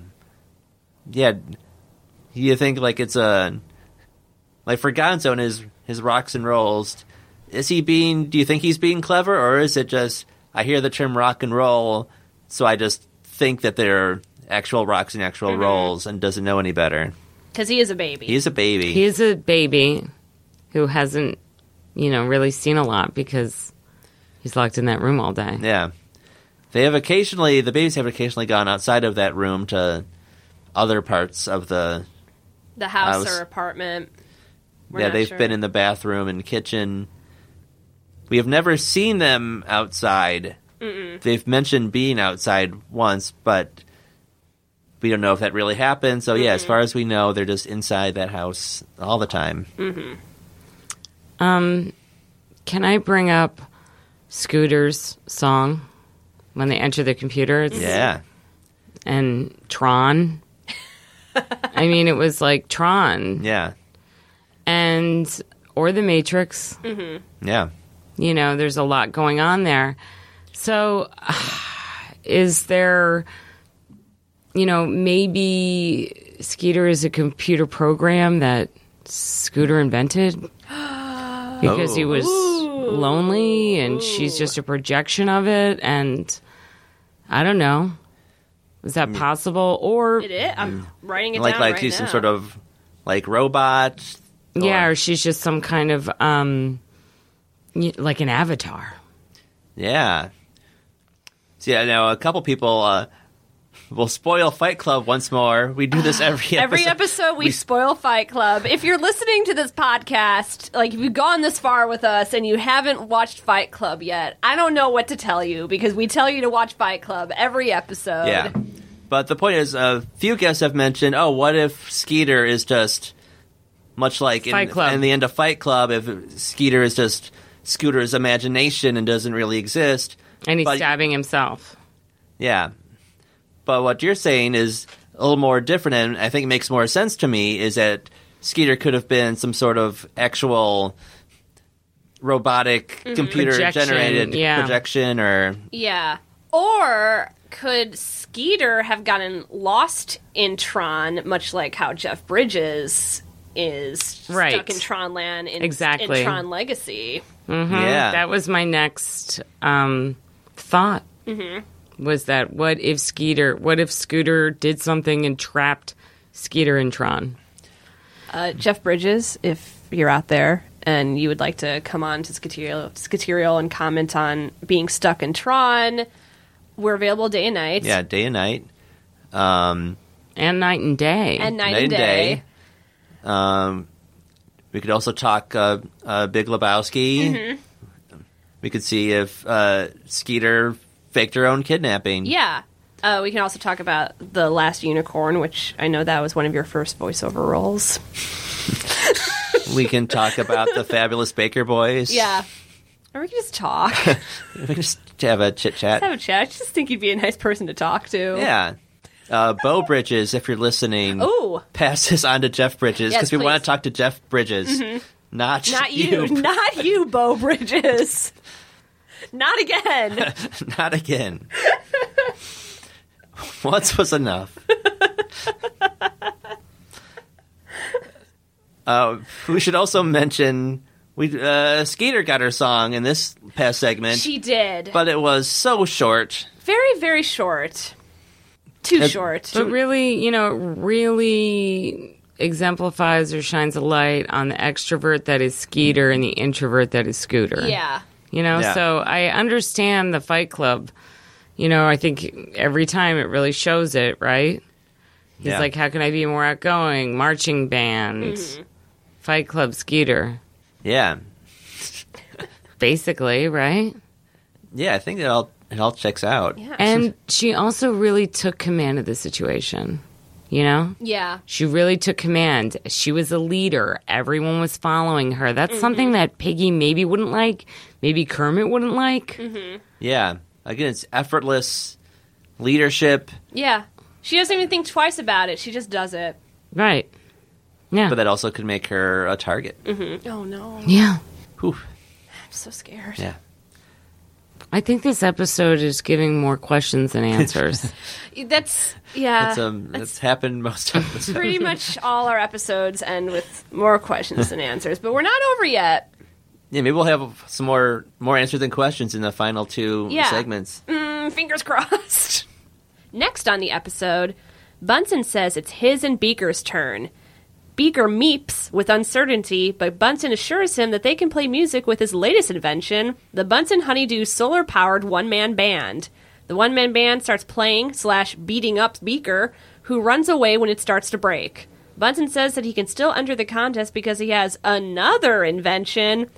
B: yeah. You think like it's a like for Gonzo and his his rocks and rolls. Is he being? Do you think he's being clever, or is it just I hear the term rock and roll, so I just think that they're actual rocks and actual rolls, and doesn't know any better?
C: Because he is a baby.
B: He's a baby.
E: He's a baby who hasn't you know really seen a lot because he's locked in that room all day.
B: Yeah. They have occasionally the babies have occasionally gone outside of that room to other parts of the
C: the house
B: House.
C: or apartment. We're
B: Yeah,
C: not
B: they've
C: sure.
B: been in the bathroom and kitchen. We have never seen them outside. They've mentioned being outside once, but we don't know if that really happened. So yeah, as far as we know, they're just inside that house all the time.
C: Mm-hmm.
E: Um, Can I bring up Scooter's song when they enter the computer? It's-
B: Yeah.
E: And Tron. I mean, it was like Tron
B: Yeah.
E: and or The Matrix.
B: Yeah.
E: You know, there's a lot going on there. So, is there, you know, maybe Skeeter is a computer program that Scooter invented because he
B: Oh.
E: was lonely and she's just a projection of it and I don't know. Is that possible or
C: It is. I'm writing it
B: Like
C: down
B: like
C: right
B: she's some
C: now.
B: sort of like robot.
E: yeah, or she's just some kind of um y- like an avatar.
B: Yeah. So, yeah, now a couple people uh, will spoil Fight Club once more. We do this every
C: Every
B: episode.
C: episode we, spoil Fight Club. If you're listening to this podcast, like if you've gone this far with us and you haven't watched Fight Club yet, I don't know what to tell you because we tell you to watch Fight Club every episode.
B: Yeah. But the point is, a few guests have mentioned, oh, what if Skeeter is just much like in,
E: Fight Club.
B: in the end of Fight Club, if Skeeter is just Scooter's imagination and doesn't really exist.
E: And he's
B: But-
E: stabbing himself.
B: Yeah. But what you're saying is a little more different, and I think makes more sense to me is that Skeeter could have been some sort of actual robotic computer
E: Mm-hmm. Projection,
B: generated
E: yeah.
B: projection or
C: Yeah. Or could Skeeter have gotten lost in Tron, much like how Jeff Bridges is
E: Right.
C: stuck in Tron Land in,
E: Exactly.
C: in Tron Legacy?
B: yeah
E: Mm-hmm. That was my next um thought.
C: Mm-hmm.
E: Was that what if Skeeter what if Scooter did something and trapped Skeeter and Tron?
C: Uh, Jeff Bridges, if you're out there and you would like to come on to Skaterial, Skaterial and comment on being stuck in Tron, we're available day and night.
B: yeah day and night um
E: And night and day.
C: And night,
B: night
C: and day.
B: um we could also talk uh, uh big lebowski
C: Mm-hmm.
B: we could see if uh skeeter faked her own kidnapping
C: Yeah. Uh, we can also talk about The Last Unicorn, which I know that was one of your first voiceover roles.
B: we can talk about the fabulous baker boys
C: Yeah. Or we could just talk. Just
B: we can just have a chit
C: have
B: chat
C: a chat. I just think you'd be a nice person to talk to.
B: yeah Uh, Bo Bridges, if you're listening,
C: Ooh.
B: pass this on to Jeff Bridges
C: Yes,
B: because we want
C: please. Mm-hmm.
B: to talk to Jeff Bridges, not
C: Not you, not you, Bo Bridges. Not again.
B: Not again. Once was enough. uh, we should also mention we uh, Skeeter got her song in this past segment,
C: she did.
B: but it was so short.
C: very, very short. Too
B: Uh,
C: short.
E: But really, you know, it really exemplifies or shines a light on the extrovert that is Skeeter and the introvert that is Scooter.
C: yeah.
E: You know,
B: Yeah.
E: so I understand the Fight Club. You know, I think every time it really shows it, right? He's
B: Yeah.
E: like, how can I be more outgoing? Marching band, Fight Club, Skeeter,
B: Yeah,
E: basically, right?
B: yeah. I think it all it all checks out.
C: Yeah.
E: And she also really took command of the situation. You know,
C: yeah.
E: she really took command. She was a leader. Everyone was following her. That's something that Piggy maybe wouldn't like. Maybe Kermit wouldn't like.
B: Yeah. Again, it's effortless leadership,
C: Yeah. She doesn't even think twice about it. She just does it.
E: Right. Yeah.
B: but that also could make her a target.
C: Oh no.
E: yeah.
B: Whew.
C: I'm so scared.
B: Yeah.
E: I think this episode is giving more questions than answers.
C: That's yeah.
B: That's um, that's happened most of the time.
C: pretty much all our episodes end with more questions than answers, but we're not over yet.
B: Yeah, maybe we'll have some more more answers than questions in the final two
C: Yeah.
B: segments.
C: Mm, fingers crossed. Next on the episode, Bunsen says it's his and Beaker's turn. Beaker meeps with uncertainty, but Bunsen assures him that they can play music with his latest invention, the Bunsen Honeydew solar powered one man band. The one man band starts playing slash beating up Beaker, who runs away when it starts to break. Bunsen says that he can still enter the contest because he has another invention.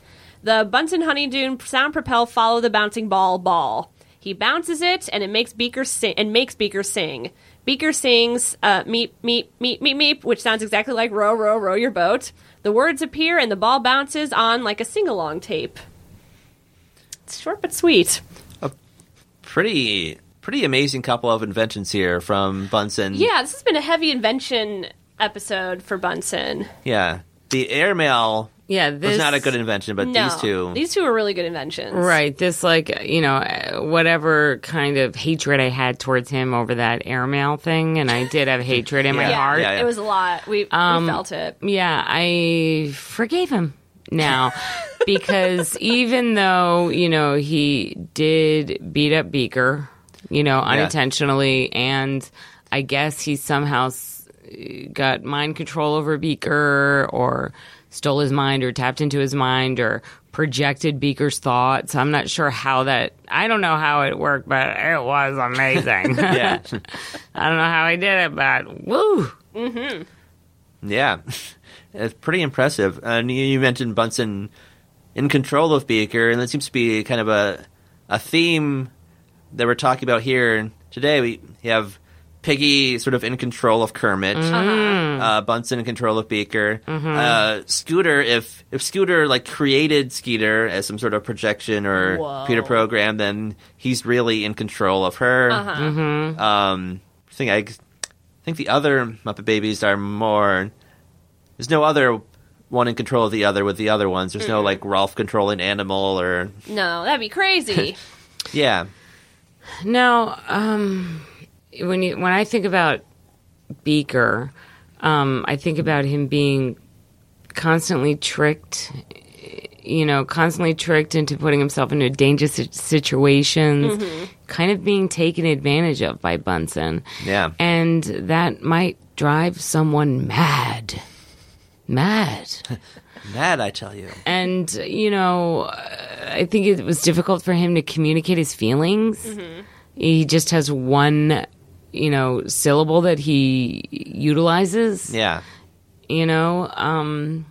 C: The Bunsen Honeydew sound propel follow the bouncing ball ball. He bounces it, and it makes Beaker sing. And makes Beaker sing. Beaker sings uh, "meep meep meep meep meep," which sounds exactly like "row row row your boat." The words appear, and the ball bounces on like a sing-along tape. It's short but sweet.
B: Pretty pretty amazing couple of inventions here from Bunsen.
C: Yeah, this has been a heavy invention episode for Bunsen.
B: yeah. The airmail
E: yeah, this
B: was not a good invention, but
C: No,
B: these two,
C: these two are really good inventions.
E: right. This like you know uh, whatever kind of hatred I had towards him over that airmail thing, and I did have hatred in my
B: Yeah,
E: heart.
B: yeah, yeah.
C: It was a lot. We,
E: Um,
C: we felt it.
E: Yeah, I forgave him now because even though, you know, he did beat up Beaker, you know, unintentionally, and I guess he somehow s- got mind control over Beaker or stole his mind or tapped into his mind or projected Beaker's thoughts. I'm not sure how that, I don't know how it worked, but it was amazing.
B: yeah,
E: I don't know how he did it, but woo.
B: yeah, it's pretty impressive. And you, you mentioned Bunsen in control of Beaker, and that seems to be kind of a a theme that we're talking about here today. We have Piggy sort of in control of Kermit. uh, Bunsen in control of Beaker. Uh, Scooter, if if Scooter like created Skeeter as some sort of projection or
C: Whoa.
B: computer program, then he's really in control of her. Um, I think I, I think the other Muppet Babies are more. There's no other one in control of the other with the other ones. There's no like Rolf controlling animal or
C: No, that'd be crazy.
B: yeah
E: Now, um, when you, when I think about Beaker, um, I think about him being constantly tricked, you know, constantly tricked into putting himself into dangerous si- situations, kind of being taken advantage of by Bunsen,
B: yeah
E: and that might drive someone mad, mad.
B: that I tell you
E: and you know uh, i think it was difficult for him to communicate his feelings he just has one you know syllable that he utilizes
B: yeah
E: you know um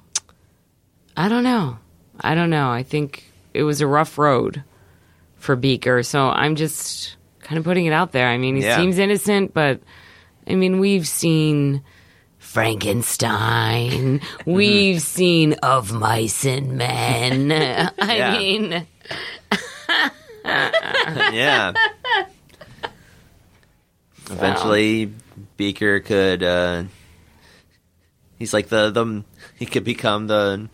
E: i don't know i don't know i think it was a rough road for beaker so i'm just kind of putting it out there i mean he
B: Yeah.
E: seems innocent but i mean we've seen frankenstein
B: Mm-hmm.
E: we've seen of mice and men i
B: Yeah.
E: mean
B: yeah. Eventually, Beaker could. Uh, he's like the the he could become the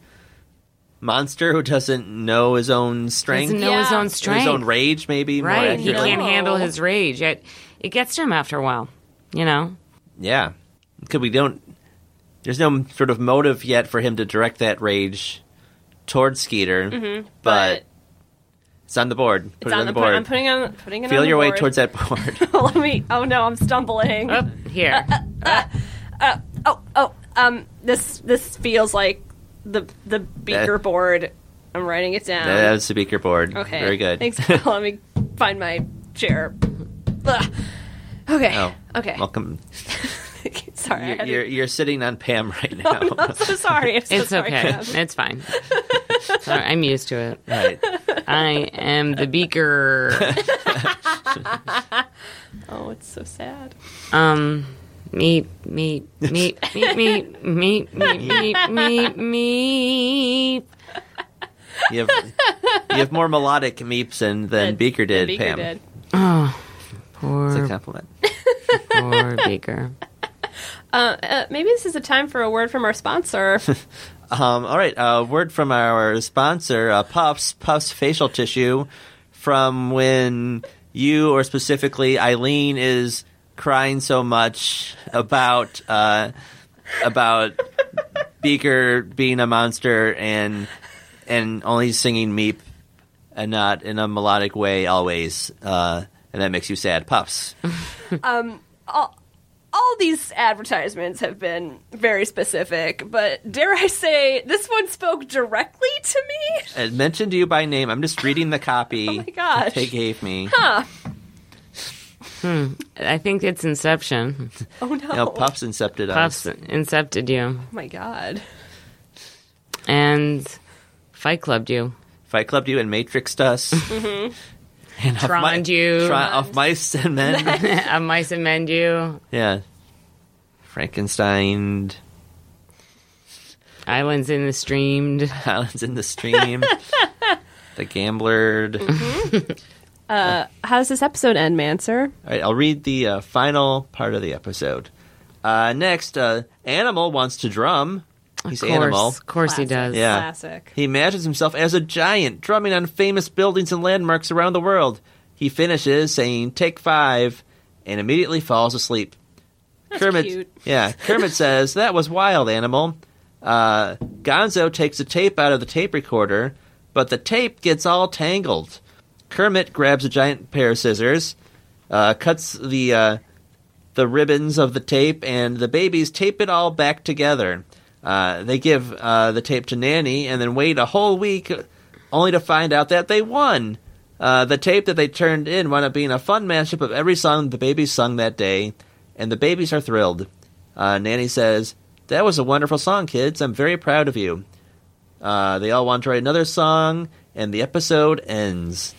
B: monster who doesn't know his own strength,
E: Doesn't know his
C: Yeah.
E: own
C: His
E: strength.
B: his own rage, maybe. more
E: Right. He
B: accurately.
E: can't handle
C: No.
E: his rage. It, it gets to him after a while, you know?
B: Yeah, because we don't. There's no sort of motive yet for him to direct that rage towards Skeeter, but,
C: Mm-hmm. but-
B: it's on the board. Put
C: It's
B: it
C: on,
B: on, the
C: put-
B: board.
C: I'm putting on putting it
B: Feel
C: on the
B: your way
C: board.
B: towards that board.
C: Let me. Oh no, I'm stumbling.
E: Up here.
C: Oh oh. Um. This this feels like the the beaker
B: That-
C: board. I'm writing it down.
B: That's the beaker board.
C: Um, okay.
B: very good.
C: Thanks. Let me find my chair. Ugh. Okay.
B: Oh,
C: Okay.
B: Welcome.
C: sorry. I
B: You're,
C: had to-
B: you're, you're sitting on Pam right now.
C: I'm not so sorry. I'm so
E: It's
C: sorry,
E: okay.
C: Kev.
E: It's fine. Sorry, I'm used to it.
B: right.
E: I am the beaker.
C: Oh, it's so sad.
E: Um, meet, meet, meet, meet, meet, meet, meet, meet, meet, meet.
B: You have you have more melodic meeps than, than
C: That-
B: Beaker did.
C: Beaker
B: Pam,
C: did.
E: Oh,
B: it's a
E: poor,
B: compliment.
E: poor beaker.
C: Uh, maybe this is a time for a word from our sponsor.
B: Um, all right, a word from our sponsor, uh, Puffs, Puffs Facial Tissue, from when you, or specifically Eileen, is crying so much about uh, about Beaker being a monster and and only singing Meep and not in a melodic way always, uh, and that makes you sad. Puffs,
C: all these advertisements have been very specific, but dare I say, this one spoke directly to me?
B: it Uh, mentioned you by name. I'm just reading the copy
C: Oh my gosh.
B: they gave me.
E: I think it's Inception.
C: Oh no.
B: You know, Puffs incepted us.
E: Puffs incepted you
C: Oh my god.
E: and Fight Clubbed you.
B: Fight Clubbed you and Matrixed us.
E: Mm-hmm.
B: And off
E: Troned
B: my-
E: you.
B: Tron- off mice and men.
E: A mice and men you.
B: yeah. Frankenstein,
E: Islands in the streamed.
B: Islands in the Stream, The Gambler.
E: Mm-hmm.
B: All
C: Uh, How does this episode end, Manser?
B: right, I'll read the uh, final part of the episode. Uh, next, uh, Animal wants to drum. He's
E: course,
B: Animal.
E: Of course he does.
B: Yeah.
C: Classic.
B: He imagines himself as a giant drumming on famous buildings and landmarks around the world. He finishes saying, Take five, and immediately falls asleep. Kermit,
C: cute.
B: yeah, Kermit says, That was wild, animal. Uh, Gonzo takes a tape out of the tape recorder, but the tape gets all tangled. Kermit grabs a giant pair of scissors, uh, cuts the uh, the ribbons of the tape, and the babies tape it all back together. Uh, they give uh, the tape to Nanny and then wait a whole week uh, only to find out that they won. Uh, the tape that they turned in wound up being a fun mashup of every song the babies sung that day, and the babies are thrilled. Uh, Nanny says, That was a wonderful song, kids. I'm very proud of you. Uh, they all want to write another song, and the episode ends.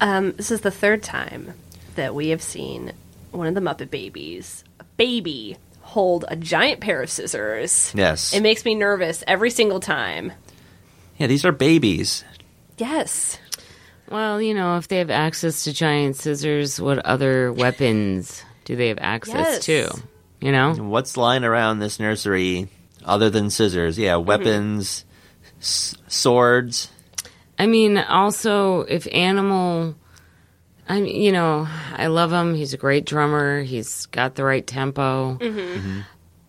C: Um, this is the third time that we have seen one of the Muppet babies, a baby, hold a giant pair of scissors.
B: Yes.
C: It makes me nervous every single time.
B: Yeah, these are babies.
C: Yes.
E: Well, you know, if they have access to giant scissors, what other weapons do they have
C: Yes.
E: access to? You know?
B: What's lying around this nursery other than scissors? Yeah, weapons, s- swords.
E: I mean, also, if Animal, I mean, you know, I love him. He's a great drummer. He's got the right tempo.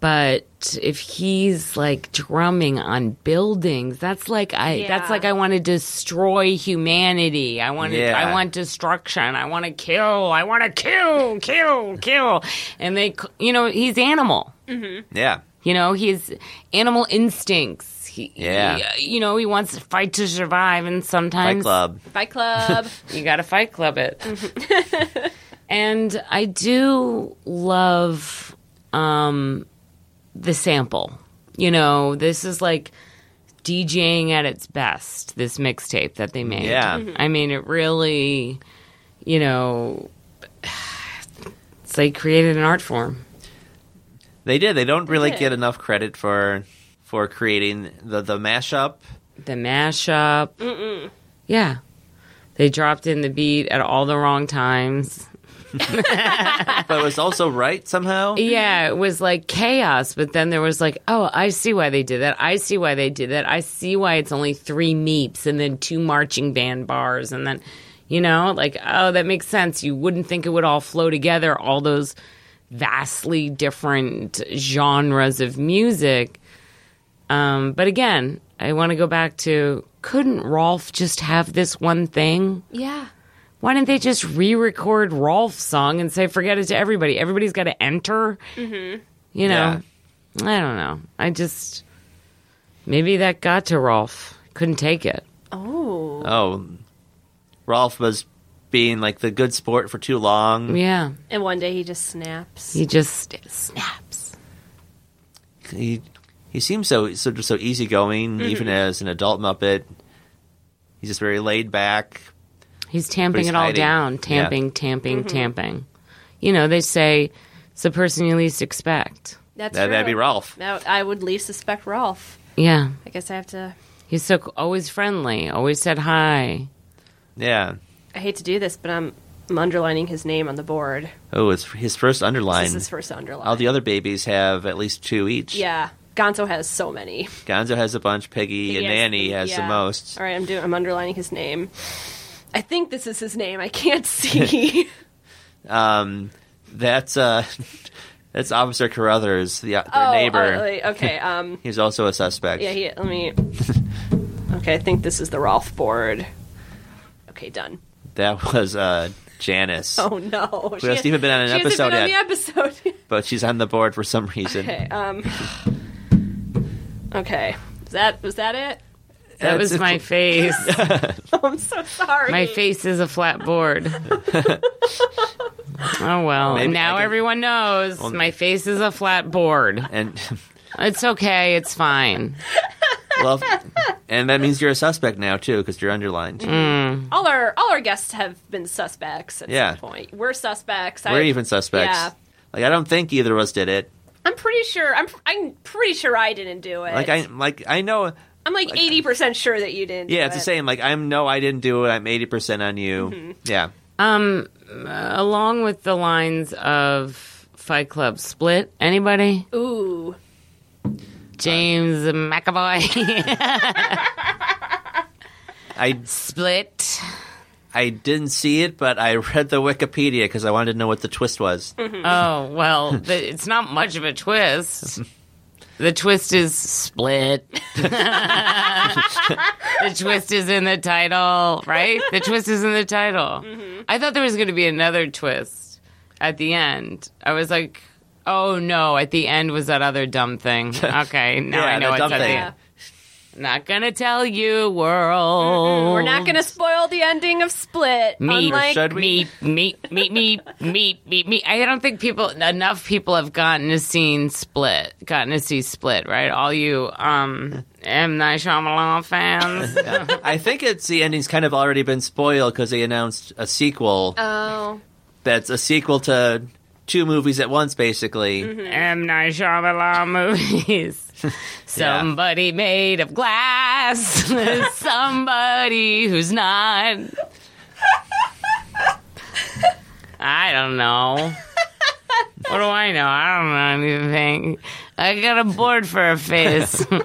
E: But if he's like drumming on buildings, that's like I that's
C: Yeah.
E: like I want to destroy humanity. I want to,
B: Yeah.
E: I want destruction. I want to kill. I want to kill, kill, kill. And they, c- you know, he's animal.
B: Yeah.
E: You know, he's animal instincts. He,
B: Yeah.
E: he- uh, you know, he wants to fight to survive, and
B: Fight
E: sometimes
B: Club.
C: Fight Club.
E: you got to fight club it. and I do love um, the sample. You know, this is like DJing at its best. This mixtape that they made.
B: Yeah. Mhm.
E: I mean, it really, you know, it's like created an art form.
B: They did. They don't really
C: did.
B: get enough credit for for creating the the mashup.
E: the mashup. Yeah. They dropped in the beat at all the wrong times.
B: but it was also right somehow.
E: Yeah, it was like chaos, but then there was like, oh, I see why they did that. I see why they did that. I see why it's only three meeps and then two marching band bars and then, you know, like, oh, that makes sense. You wouldn't think it would all flow together, all those vastly different genres of music. Um, but again, I want to go back to couldn't Rolf just have this one thing?
C: Yeah.
E: why didn't they just re-record Rolf's song and say forget it to everybody? Everybody's got to enter.
B: Mm-hmm.
E: You know, I don't know. I just maybe that got to Rolf. Couldn't take it.
C: Oh.
B: Oh, Rolf was being like the good sport for too long.
E: Yeah,
C: And one day he just snaps.
E: he just snaps.
B: He he seems so so so easygoing, even as an adult Muppet. He's just very laid back.
E: He's tamping
B: But he's
E: it all
B: hiding.
E: down.
B: Yeah. Mm-hmm.
E: Tamping, tamping, tamping. You know, they say it's the person you least expect.
C: That's
B: That, that'd
C: true.
B: be Rolf.
C: Now, I would least suspect Rolf.
E: Yeah,
C: I guess I have to.
E: he's so always friendly. Always said hi.
B: Yeah.
C: I hate to do this, but I'm, I'm underlining his name on the board.
B: Oh, it's his first underline.
C: This is first underline.
B: All the other babies have at least two each.
C: yeah. Gonzo has so many.
B: Gonzo has a bunch. Peggy and
C: Yes,
B: Nanny has the
C: yeah.
B: most.
C: All right, I'm doing. I'm underlining his name. I think this is his name. I can't see.
B: Um, that's uh, that's Officer Carruthers, the, their
C: oh,
B: neighbor.
C: uh, like, okay. Um.
B: He's also a suspect.
C: Yeah. He, let me. Okay, I think this is the Rolf board. Okay, done.
B: That was uh, Janice,
C: Oh no,
B: hasn't even been on an
C: she hasn't
B: episode
C: been
B: yet.
C: On the episode.
B: but she's on the board for some reason.
C: okay. Um. Okay. Is that was that it?
E: That
B: That's
E: was
B: it.
E: my face.
C: Oh, I'm so sorry.
E: My face is a flat board. oh well,
B: Maybe
E: now
B: I can-
E: everyone knows my face is a flat board.
B: And
E: It's okay, it's fine.
B: well, and that means you're a suspect now too, because you're underlined.
C: Mm-hmm.
E: Mm.
C: All our all our guests have been suspects at
B: Yeah.
C: some point. We're suspects.
B: We're
C: I,
B: even suspects.
C: Yeah.
B: Like I don't think either of us did it.
C: I'm pretty sure. I'm I'm pretty sure I didn't do it.
B: Like I like I know.
C: I'm like eighty percent sure that you didn't.
B: Yeah,
C: do
B: it's the
C: it.
B: same. Like I'm no, I didn't do it. I'm eighty percent on you.
E: Mm-hmm.
B: Yeah.
E: Um, Along with the lines of Fight Club split, anybody?
C: Ooh,
E: James McAvoy
B: I
E: split.
B: I didn't see it, but I read the Wikipedia because I wanted to know what the twist was.
E: Oh well, the, it's not much of a twist. The twist is split. the twist is in the title, right? The twist is in the title.
C: Mm-hmm.
E: I thought there was going to be another twist at the end. I was like, oh no, at the end was that other dumb thing. Okay, now
B: Yeah,
E: I know
B: the
E: it's
B: dumb
E: at
B: thing.
E: the
C: yeah.
E: end. Not going to tell you, world.
C: We're not gonna spoil the ending of Split.
E: Meep.
C: Unlike
B: Should we?
E: meet, meet, meet, meet, meet, meet, meet. I don't think people enough people have gotten to seen Split, gotten to see Split, right? All you um M Night Shyamalan fans.
B: I think it's the ending's kind of already been spoiled because they announced a sequel
C: oh,
B: that's a sequel to two movies at once, basically.
E: M Night Shyamalan movies. Somebody made of glass. Somebody who's not. I don't know. What do I know? I don't know anything. I got a board for a face.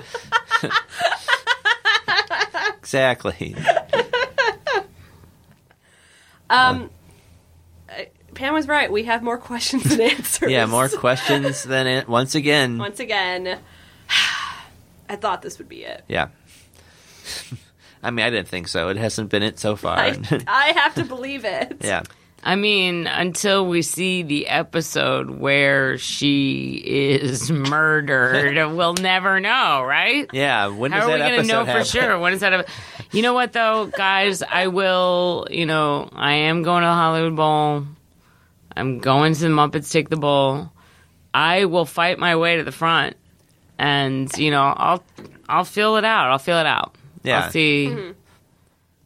B: Exactly.
C: um, uh, Pam was right. We have more questions than answers.
B: Yeah, more questions than it. Once again,
C: Once again, I thought this would be it.
B: yeah. I mean, I didn't think so. It hasn't been it so far.
C: I, I have to believe it.
B: yeah,
E: I mean, until we see the episode where she is murdered, we'll never know, right?
B: yeah. When
E: How
B: does
E: are we
B: that
E: going to
B: episode
E: know
B: happen?
E: for sure? When is that? ev- You know what, though, guys? I will, you know, I am going to the Hollywood Bowl. I'm going to the Muppets Take the Bowl. I will fight my way to the front. And, you know, I'll I'll feel it out. I'll feel it out.
B: Yeah.
E: I'll see.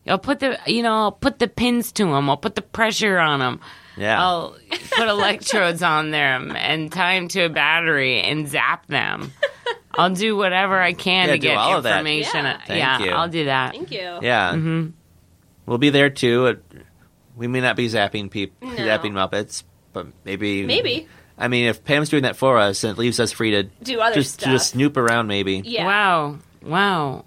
E: I'll put the, you know, I'll put the pins to them. I'll put the pressure on them.
B: Yeah,
E: I'll put electrodes on them and tie them to a battery and zap them. I'll do whatever I can
B: Yeah,
E: to
B: do
E: get
B: all of that.
E: information.
C: Yeah.
E: Yeah,
B: Thank you.
C: Mm-hmm.
E: I'll do that.
C: Thank you.
B: yeah. We'll be there too. It- We may not be zapping peop-
C: No.
B: zapping Muppets, but maybe
C: Maybe.
B: I mean, if Pam's doing that for us, and it leaves us free to
C: Do other
B: just to just
C: stuff.
B: snoop around, maybe.
C: Yeah.
E: Wow. Wow.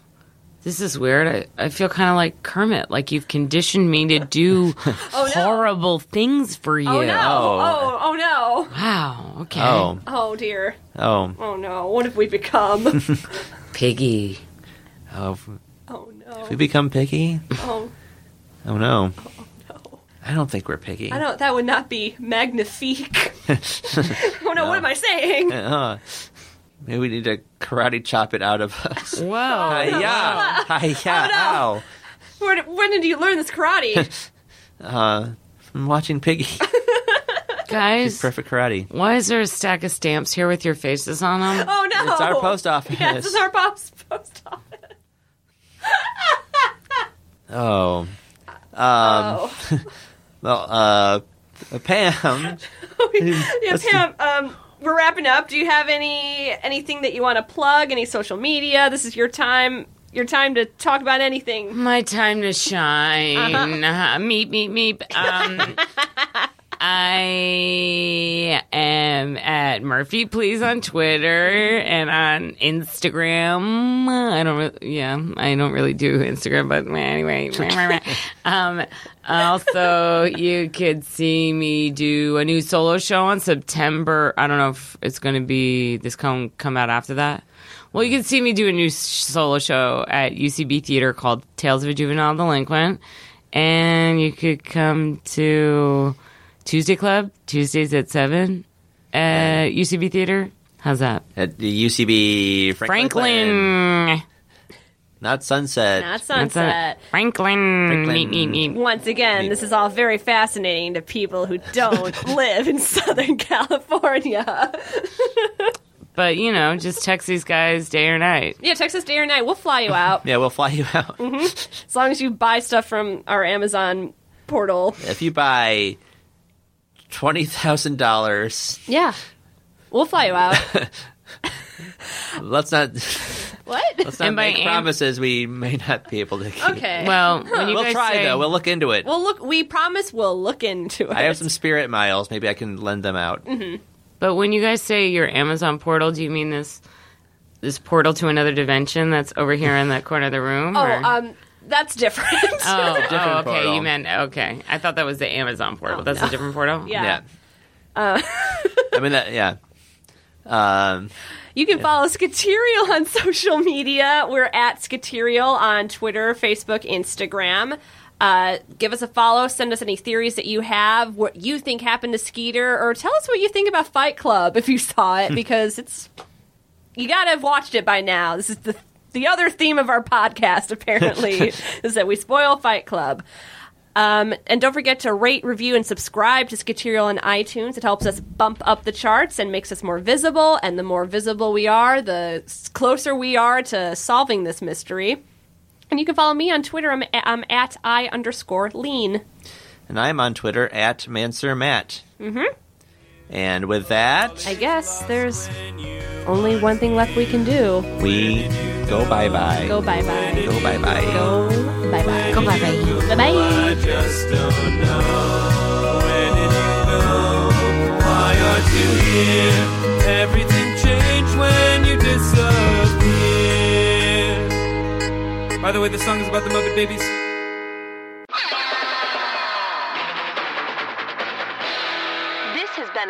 E: This is weird. I, I feel kind of like Kermit. Like you've conditioned me to do horrible things for you.
C: Oh no!
B: Oh.
C: Oh. oh no!
E: Wow. Okay.
B: Oh,
C: Oh dear!
B: oh,
C: Oh no! What have we become?
E: Piggy.
B: oh! if
C: oh
B: We
C: no!
B: become picky.
C: Oh
B: Oh no!
C: no!
B: I don't think we're picky.
C: I don't. That would not be magnifique. oh no! What am I saying?
B: Uh, maybe we need to karate chop it out of us.
E: Whoa.
B: Hi-ya!
C: Oh,
B: Hi-ya! Ow!
C: Where, did- when did you learn this karate?
B: Uh, I'm watching Piggy.
E: Guys,
B: Perfect karate.
E: why is there a stack of stamps here with your faces on them?
C: Oh no!
B: It's our post office.
C: Yes, it's our post post office.
B: Oh. Um,
C: Oh.
B: Well, uh, Pam.
C: Oh. yeah, Pam. Um, we're wrapping up. Do you have any anything that you want to plug? Any social media? This is your time. Your time to talk about anything.
E: My time to shine. uh Meep, meep, meep. Um, I am at Murphy Please on Twitter and on Instagram. I don't really, yeah, I don't really do Instagram, but anyway. um, also, you could see me do a new solo show on September. I don't know if it's going to be this come come out after that. Well, you can see me do a new s- solo show at UCB Theater called Tales of a Juvenile Delinquent. And you could come to Tuesday Club, Tuesdays at 7 at UCB Theater. How's that?
B: At the UCB Franklin.
E: Franklin.
B: Not Sunset.
C: Not
E: That's it.
C: sunset.
E: Franklin.
B: Franklin.
E: Meet, meet, meet.
C: Once again, this is all very fascinating to people who don't live in Southern California.
E: But, you know, just text these guys day or night.
C: Yeah, Texas day or night, we'll fly you out
B: yeah, we'll fly you out.
C: as long as you buy stuff from our Amazon portal.
B: If you buy $20,000,
C: Yeah, we'll fly you out.
B: let's not,
C: what?
B: let's not
E: And by
B: make
E: and-
B: promises we may not be able to keep.
C: Okay.
E: Well, when you
B: We'll
E: guys
B: try,
E: say,
B: though. We'll look into it.
C: well, look, we promise we'll look into it.
B: I have some spirit miles. Maybe I can lend them out.
E: But when you guys say your Amazon portal, do you mean this this portal to another dimension that's over here in that corner of the room?
C: Oh,
E: or-
C: um, that's different.
E: Oh,
B: different
E: oh, okay.
B: portal.
E: You meant okay. I thought that was the Amazon portal. That's a different portal.
C: Yeah.
B: I mean, that, yeah. Um,
C: You can follow Skaterial on social media. We're at Skaterial on Twitter, Facebook, Instagram. Uh, give us a follow. Send us any theories that you have, what you think happened to Skeeter, or tell us what you think about Fight Club if you saw it, because it's you gotta have watched it by now. This is the the other theme of our podcast, apparently, is that we spoil Fight Club. Um, and don't forget to rate, review, and subscribe to Skaterial on iTunes. It helps us bump up the charts and makes us more visible. And the more visible we are, the s- closer we are to solving this mystery. And you can follow me on Twitter. I'm, a- I'm at I underscore lean.
B: and I'm on Twitter at Mansur Matt. Mm-hmm. And with that,
C: I guess there's only one thing left we can do.
B: we go bye bye.
C: Go bye bye.
B: Go bye bye.
C: Go bye bye. Go bye bye. Bye bye.
D: I just don't know. Where did you go? Why aren't you here? Everything changed when you disappeared. By the way, this song is about the Muppet Babies.
A: This has been